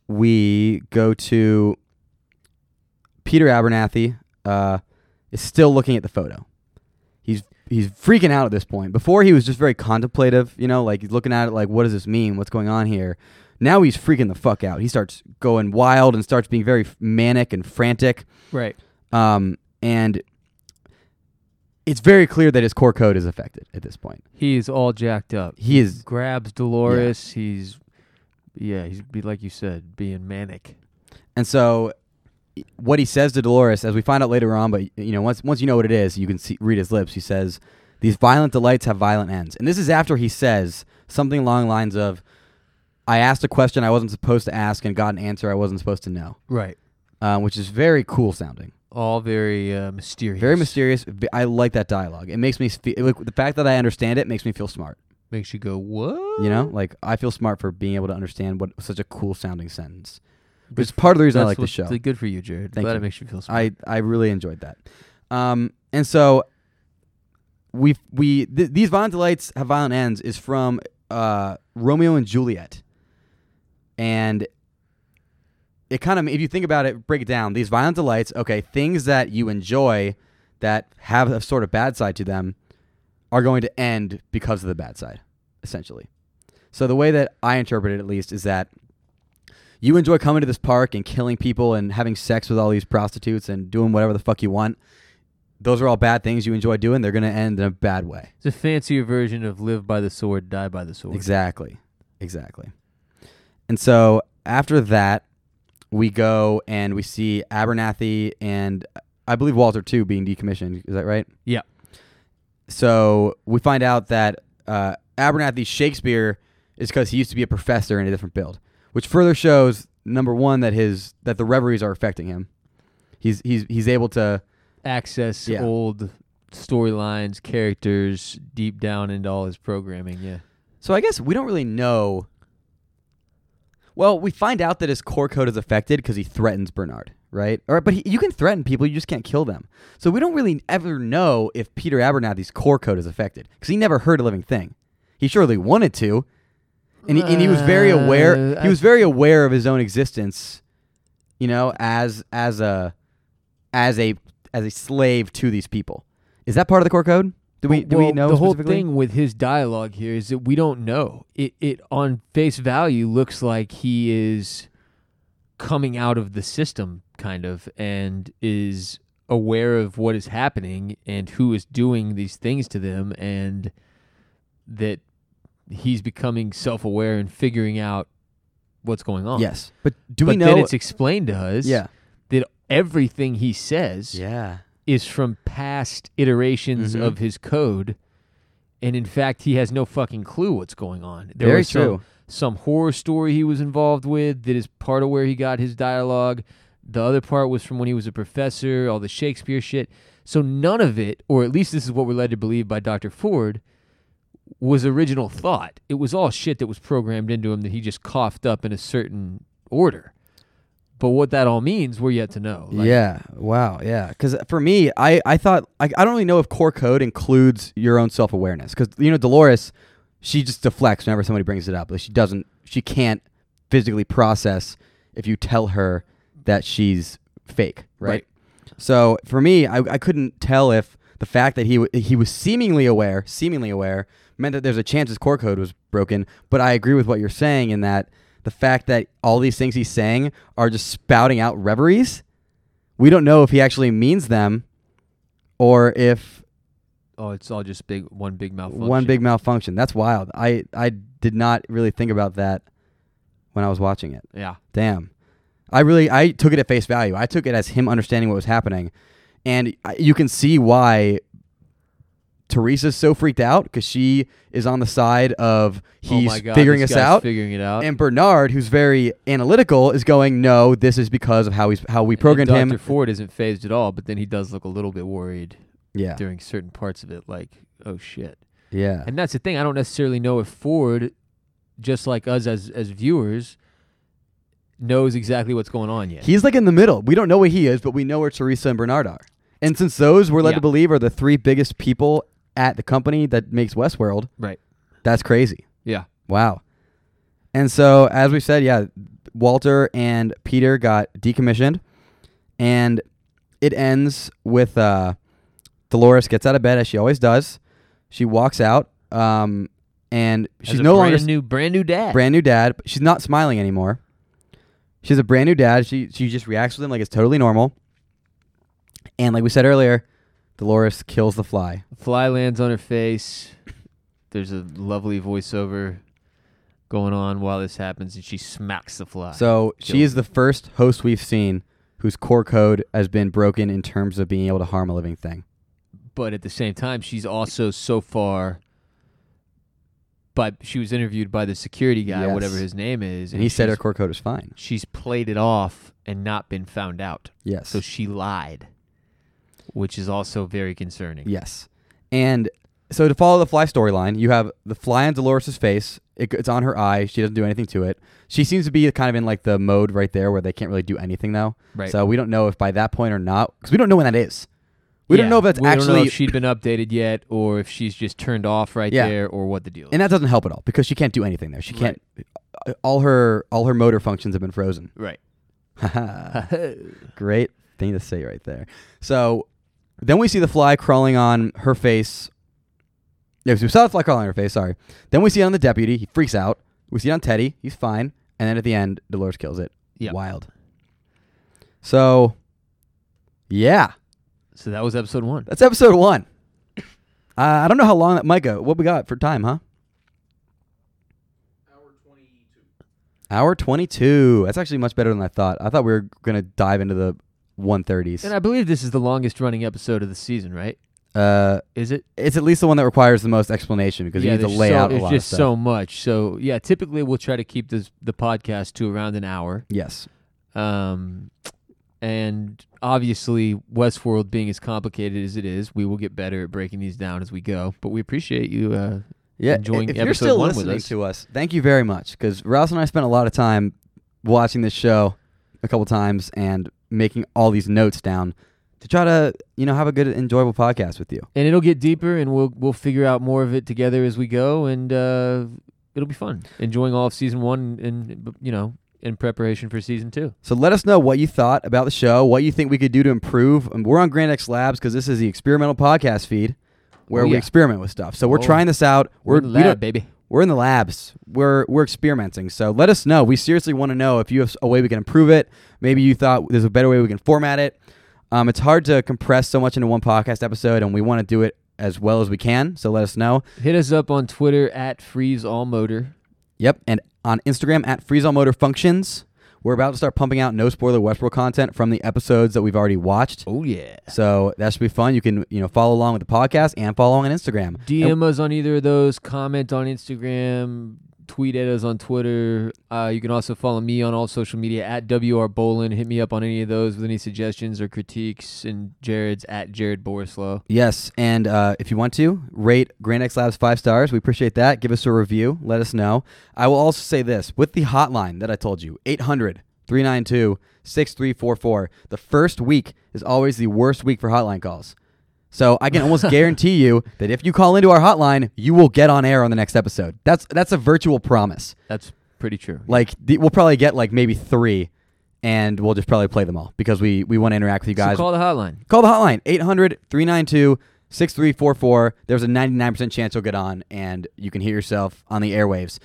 Speaker 1: we go to Peter Abernathy. Uh, is still looking at the photo. He's he's freaking out at this point. Before he was just very contemplative, you know, like he's looking at it like, what does this mean? What's going on here? Now he's freaking the fuck out. He starts going wild and starts being very manic and frantic.
Speaker 2: Right.
Speaker 1: Um, and it's very clear that his core code is affected at this point.
Speaker 2: He's all jacked up.
Speaker 1: He is
Speaker 2: grabs Dolores. He's yeah, he's be like you said, being manic.
Speaker 1: And so, i- what he says to Dolores, as we find out later on, but you know, once once you know what it is, you can see, read his lips. He says, "These violent delights have violent ends," and this is after he says something along the lines of, "I asked a question I wasn't supposed to ask and got an answer I wasn't supposed to know,"
Speaker 2: Right.
Speaker 1: uh, which is very cool sounding,
Speaker 2: All very uh, mysterious.
Speaker 1: very mysterious. V- I like that dialogue. It makes me feel like, the fact that I understand it makes me feel smart.
Speaker 2: Makes you go what?
Speaker 1: You know, like I feel smart for being able to understand what such a cool sounding sentence.
Speaker 2: Good
Speaker 1: It's part of the reason I
Speaker 2: That's
Speaker 1: like the
Speaker 2: what's
Speaker 1: show.
Speaker 2: Good for you, Jared.
Speaker 1: Thank
Speaker 2: Glad
Speaker 1: you.
Speaker 2: it makes you feel smart.
Speaker 1: I I really enjoyed that. Um, and so we we th- these violent delights have violent ends is from uh, Romeo and Juliet, and it kind of if you think about it, break it down. These violent delights, okay, things that you enjoy that have a sort of bad side to them are going to end because of the bad side, essentially. So the way that I interpret it, at least, is that you enjoy coming to this park and killing people and having sex with all these prostitutes and doing whatever the fuck you want. Those are all bad things you enjoy doing. They're going to end in a bad way.
Speaker 2: it's a fancier version of live by the sword, die by the sword.
Speaker 1: Exactly. Exactly. And so after that, we go and we see Abernathy and I believe Walter too being decommissioned. Is that right?
Speaker 2: Yeah.
Speaker 1: So we find out that uh, Abernathy Shakespeare is because he used to be a professor in a different build, which further shows number one that his that the reveries are affecting him. He's he's he's able to
Speaker 2: access
Speaker 1: Yeah.
Speaker 2: old storylines, characters deep down into all his programming. Yeah.
Speaker 1: So I guess we don't really know. Well, we find out that his core code is affected because he threatens Bernard, right? Or but he, you can threaten people, you just can't kill them. So we don't really ever know if Peter Abernathy's core code is affected because he never hurt a living thing. He surely wanted to, and he, and he was very aware.
Speaker 2: Uh,
Speaker 1: He was very aware of his own existence, you know, as as a as a as a slave to these people. Is that part of the core code? Do we do we
Speaker 2: Well,
Speaker 1: know
Speaker 2: the whole
Speaker 1: specifically?
Speaker 2: thing with his dialogue here is that we don't know. It it on face value looks like he is coming out of the system kind of and is aware of what is happening and who is doing these things to them and that he's becoming self-aware and figuring out what's going on.
Speaker 1: Yes, but do
Speaker 2: but
Speaker 1: we know?
Speaker 2: then it's explained to us
Speaker 1: yeah.
Speaker 2: that everything he says
Speaker 1: Yeah.
Speaker 2: is from past iterations
Speaker 1: Mhm.
Speaker 2: of his code, and in fact, he has no fucking clue what's going on. There
Speaker 1: Very
Speaker 2: was some,
Speaker 1: true.
Speaker 2: some horror story he was involved with that is part of where he got his dialogue. The other part was from when he was a professor, all the Shakespeare shit. So none of it, or at least this is what we're led to believe by Dr. Ford, was original thought. It was all shit that was programmed into him that he just coughed up in a certain order. But what that all means, we're yet to know. Like,
Speaker 1: yeah. Wow. Yeah. Because for me, I, I thought, I, I don't really know if core code includes your own self awareness. Because, you know, Dolores, she just deflects whenever somebody brings it up. Like she doesn't, she can't physically process if you tell her that she's fake. Right.
Speaker 2: Right.
Speaker 1: So for me, I, I couldn't tell if the fact that he, w- he was seemingly aware, seemingly aware, meant that there's a chance his core code was broken. But I agree with what you're saying in that the fact that all these things he's saying are just spouting out reveries we don't know if he actually means them or if
Speaker 2: Oh, it's all just big one big malfunction.
Speaker 1: one big malfunction. That's wild. I, I did not really think about that when I was watching it.
Speaker 2: Yeah.
Speaker 1: Damn. I really I took it at face value. I took it as him understanding what was happening. And I, you can see why Teresa's so freaked out cuz she is on the side of he's figuring
Speaker 2: Oh this
Speaker 1: us
Speaker 2: guy's
Speaker 1: out.
Speaker 2: Figuring it out.
Speaker 1: and Bernard, who's very analytical, is going, "No, this is because of how he's how we programmed
Speaker 2: Dr.
Speaker 1: him."
Speaker 2: Ford isn't phased at all, but then he does look a little bit worried
Speaker 1: Yeah,
Speaker 2: during certain parts of it, like, oh shit.
Speaker 1: yeah,
Speaker 2: And that's the thing. I don't necessarily know if Ford, just like us as as viewers, knows exactly what's going on yet.
Speaker 1: He's like in the middle. We don't know what he is, but we know where Teresa and Bernard are. And since those we're led
Speaker 2: Yeah.
Speaker 1: to believe are the three biggest people at the company that makes Westworld,
Speaker 2: right.
Speaker 1: that's crazy.
Speaker 2: Yeah.
Speaker 1: Wow. And so, as we said, yeah, Walter and Peter got decommissioned, and it ends with uh, Dolores gets out of bed as she always does. She walks out, um, and she's
Speaker 2: As a
Speaker 1: no
Speaker 2: brand
Speaker 1: longer
Speaker 2: new brand new dad.
Speaker 1: brand new dad. She's not smiling anymore. She's a brand new dad. She she just reacts with him like it's totally normal. And like we said earlier, Dolores kills the fly.
Speaker 2: Fly lands on her face. There's a lovely voiceover going on while this happens, and she smacks the fly.
Speaker 1: So she
Speaker 2: Kills
Speaker 1: is the first host we've seen whose core code has been broken in terms of being able to harm a living thing.
Speaker 2: but at the same time, she's also so far. But she was interviewed by the security guy,
Speaker 1: Yes.
Speaker 2: whatever his name is,
Speaker 1: And he said her
Speaker 2: she's-
Speaker 1: core code is fine.
Speaker 2: she's played it off and not been found out,
Speaker 1: Yes.
Speaker 2: so she lied, which is also very concerning.
Speaker 1: Yes. And so to follow the fly storyline, you have the fly on Dolores' face. It, it's on her eye. She doesn't do anything to it. She seems to be kind of in like the mode right there where they can't really do anything though.
Speaker 2: Right.
Speaker 1: So we don't know if by that point or not because we don't know when that is. We
Speaker 2: Yeah,
Speaker 1: don't know if that's
Speaker 2: we
Speaker 1: actually
Speaker 2: don't know if she'd been updated yet, or if she's just turned off right
Speaker 1: Yeah.
Speaker 2: there, or what the deal. is.
Speaker 1: and that doesn't help at all because she can't do anything there. She can't. All her all her motor functions have been frozen.
Speaker 2: right.
Speaker 1: Great thing to say right there. So then we see the fly crawling on her face. Yeah, 'cause we saw the fly crawling on her face, sorry. Then we see it on the deputy. He freaks out. We see it on Teddy. He's fine. And then at the end, Dolores kills it.
Speaker 2: Yeah.
Speaker 1: Wild. So, yeah.
Speaker 2: So that was episode one.
Speaker 1: That's episode one. Uh, I don't know how long that might go. What we got for time, huh? Hour 22. That's actually much better than I thought. I thought we were going to dive into the 130s.
Speaker 2: And I believe this is the longest running episode of the season, right?
Speaker 1: uh,
Speaker 2: Is it?
Speaker 1: it's at least the one that requires the most explanation because you need to
Speaker 2: there's
Speaker 1: lay
Speaker 2: so,
Speaker 1: out a
Speaker 2: there's
Speaker 1: lot
Speaker 2: just
Speaker 1: of stuff.
Speaker 2: so much. So yeah, typically we'll try to keep this the podcast to around an hour.
Speaker 1: yes.
Speaker 2: Um, And obviously, Westworld being as complicated as it is, we will get better at breaking these down as we go. But we appreciate you uh,
Speaker 1: Yeah,
Speaker 2: enjoying
Speaker 1: if you're
Speaker 2: episode
Speaker 1: still
Speaker 2: one with
Speaker 1: listening
Speaker 2: us.
Speaker 1: to us, thank you very much because Rouse and I spent a lot of time watching this show a couple times and making all these notes down to try to you know have a good enjoyable podcast with you.
Speaker 2: and it'll get deeper and we'll we'll figure out more of it together as we go and uh it'll be fun enjoying all of season one and you know in preparation for season two
Speaker 1: So let us know what you thought about the show, what you think we could do to improve. And we're on Grand X Labs because this is the experimental podcast feed where
Speaker 2: Oh,
Speaker 1: we
Speaker 2: yeah.
Speaker 1: experiment with stuff. So we're
Speaker 2: Oh.
Speaker 1: trying this out. We're
Speaker 2: we're in the
Speaker 1: we
Speaker 2: lab
Speaker 1: don't-
Speaker 2: baby
Speaker 1: we're in the labs. We're we're experimenting. So let us know. We seriously want to know if you have a way we can improve it. Maybe you thought there's a better way we can format it. Um, it's hard to compress so much into one podcast episode, and we want to do it as well as we can. So let us know.
Speaker 2: hit us up on twitter at freeze all motor
Speaker 1: Yep, and on Instagram at Freeze All Motor Functions. We're about to start pumping out no spoiler Westworld content from the episodes that we've already watched.
Speaker 2: oh yeah
Speaker 1: So that should be fun. You can you know follow along with the podcast and follow along on Instagram.
Speaker 2: dm us on either of those comment on instagram tweet at us on twitter uh, you can also follow me on all social media at wr bolin hit me up on any of those with any suggestions or critiques and jared's at jared borislow
Speaker 1: Yes, and uh, if you want to rate Grand X Labs five stars, we appreciate that. Give us a review. Let us know. I will also say this with the hotline that I told you 800 392 6344. The first week is always the worst week for hotline calls. So I can almost guarantee you that if you call into our hotline, you will get on air on the next episode. That's that's a virtual promise.
Speaker 2: that's pretty true
Speaker 1: Like the, we'll probably get like maybe three, and we'll just probably play them all because we we want to interact with you guys.
Speaker 2: so call the hotline
Speaker 1: Call the hotline 800 392 6344. There's a 99% chance you'll get on and you can hear yourself on the airwaves.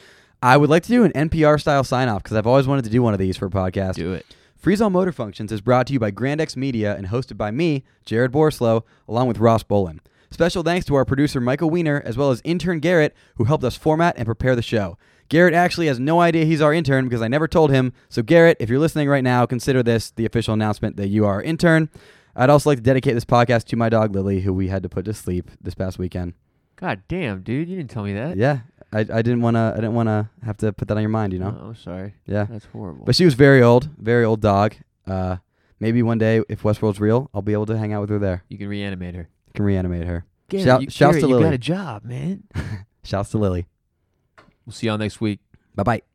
Speaker 1: I would like to do an NPR style sign off because I've always wanted to do one of these for a podcast.
Speaker 2: do it
Speaker 1: Freeze All Motor Functions is brought to you by Grand X Media and hosted by me, Jared Borslow, along with Ross Bolin. Special thanks to our producer Michael Weiner, as well as intern Garrett, who helped us format and prepare the show. Garrett actually has no idea he's our intern because I never told him. So Garrett, if you're listening right now, consider this the official announcement that you are our intern. I'd also like to dedicate this podcast to my dog Lily, who we had to put to sleep this past weekend.
Speaker 2: God damn, dude, you didn't tell me that.
Speaker 1: Yeah, I, I didn't wanna I didn't wanna have to put that on your mind, you know.
Speaker 2: Oh, I'm sorry.
Speaker 1: Yeah.
Speaker 2: That's horrible.
Speaker 1: But she was very old, very old dog. Uh, maybe one day, if Westworld's real, I'll be able to hang out with her there.
Speaker 2: you can reanimate her.
Speaker 1: Can reanimate her.
Speaker 2: Gary,
Speaker 1: Shout-
Speaker 2: you,
Speaker 1: shouts
Speaker 2: Gary,
Speaker 1: to
Speaker 2: you
Speaker 1: Lily.
Speaker 2: got a job, man.
Speaker 1: Shouts to Lily.
Speaker 2: We'll see y'all next week.
Speaker 1: Bye bye.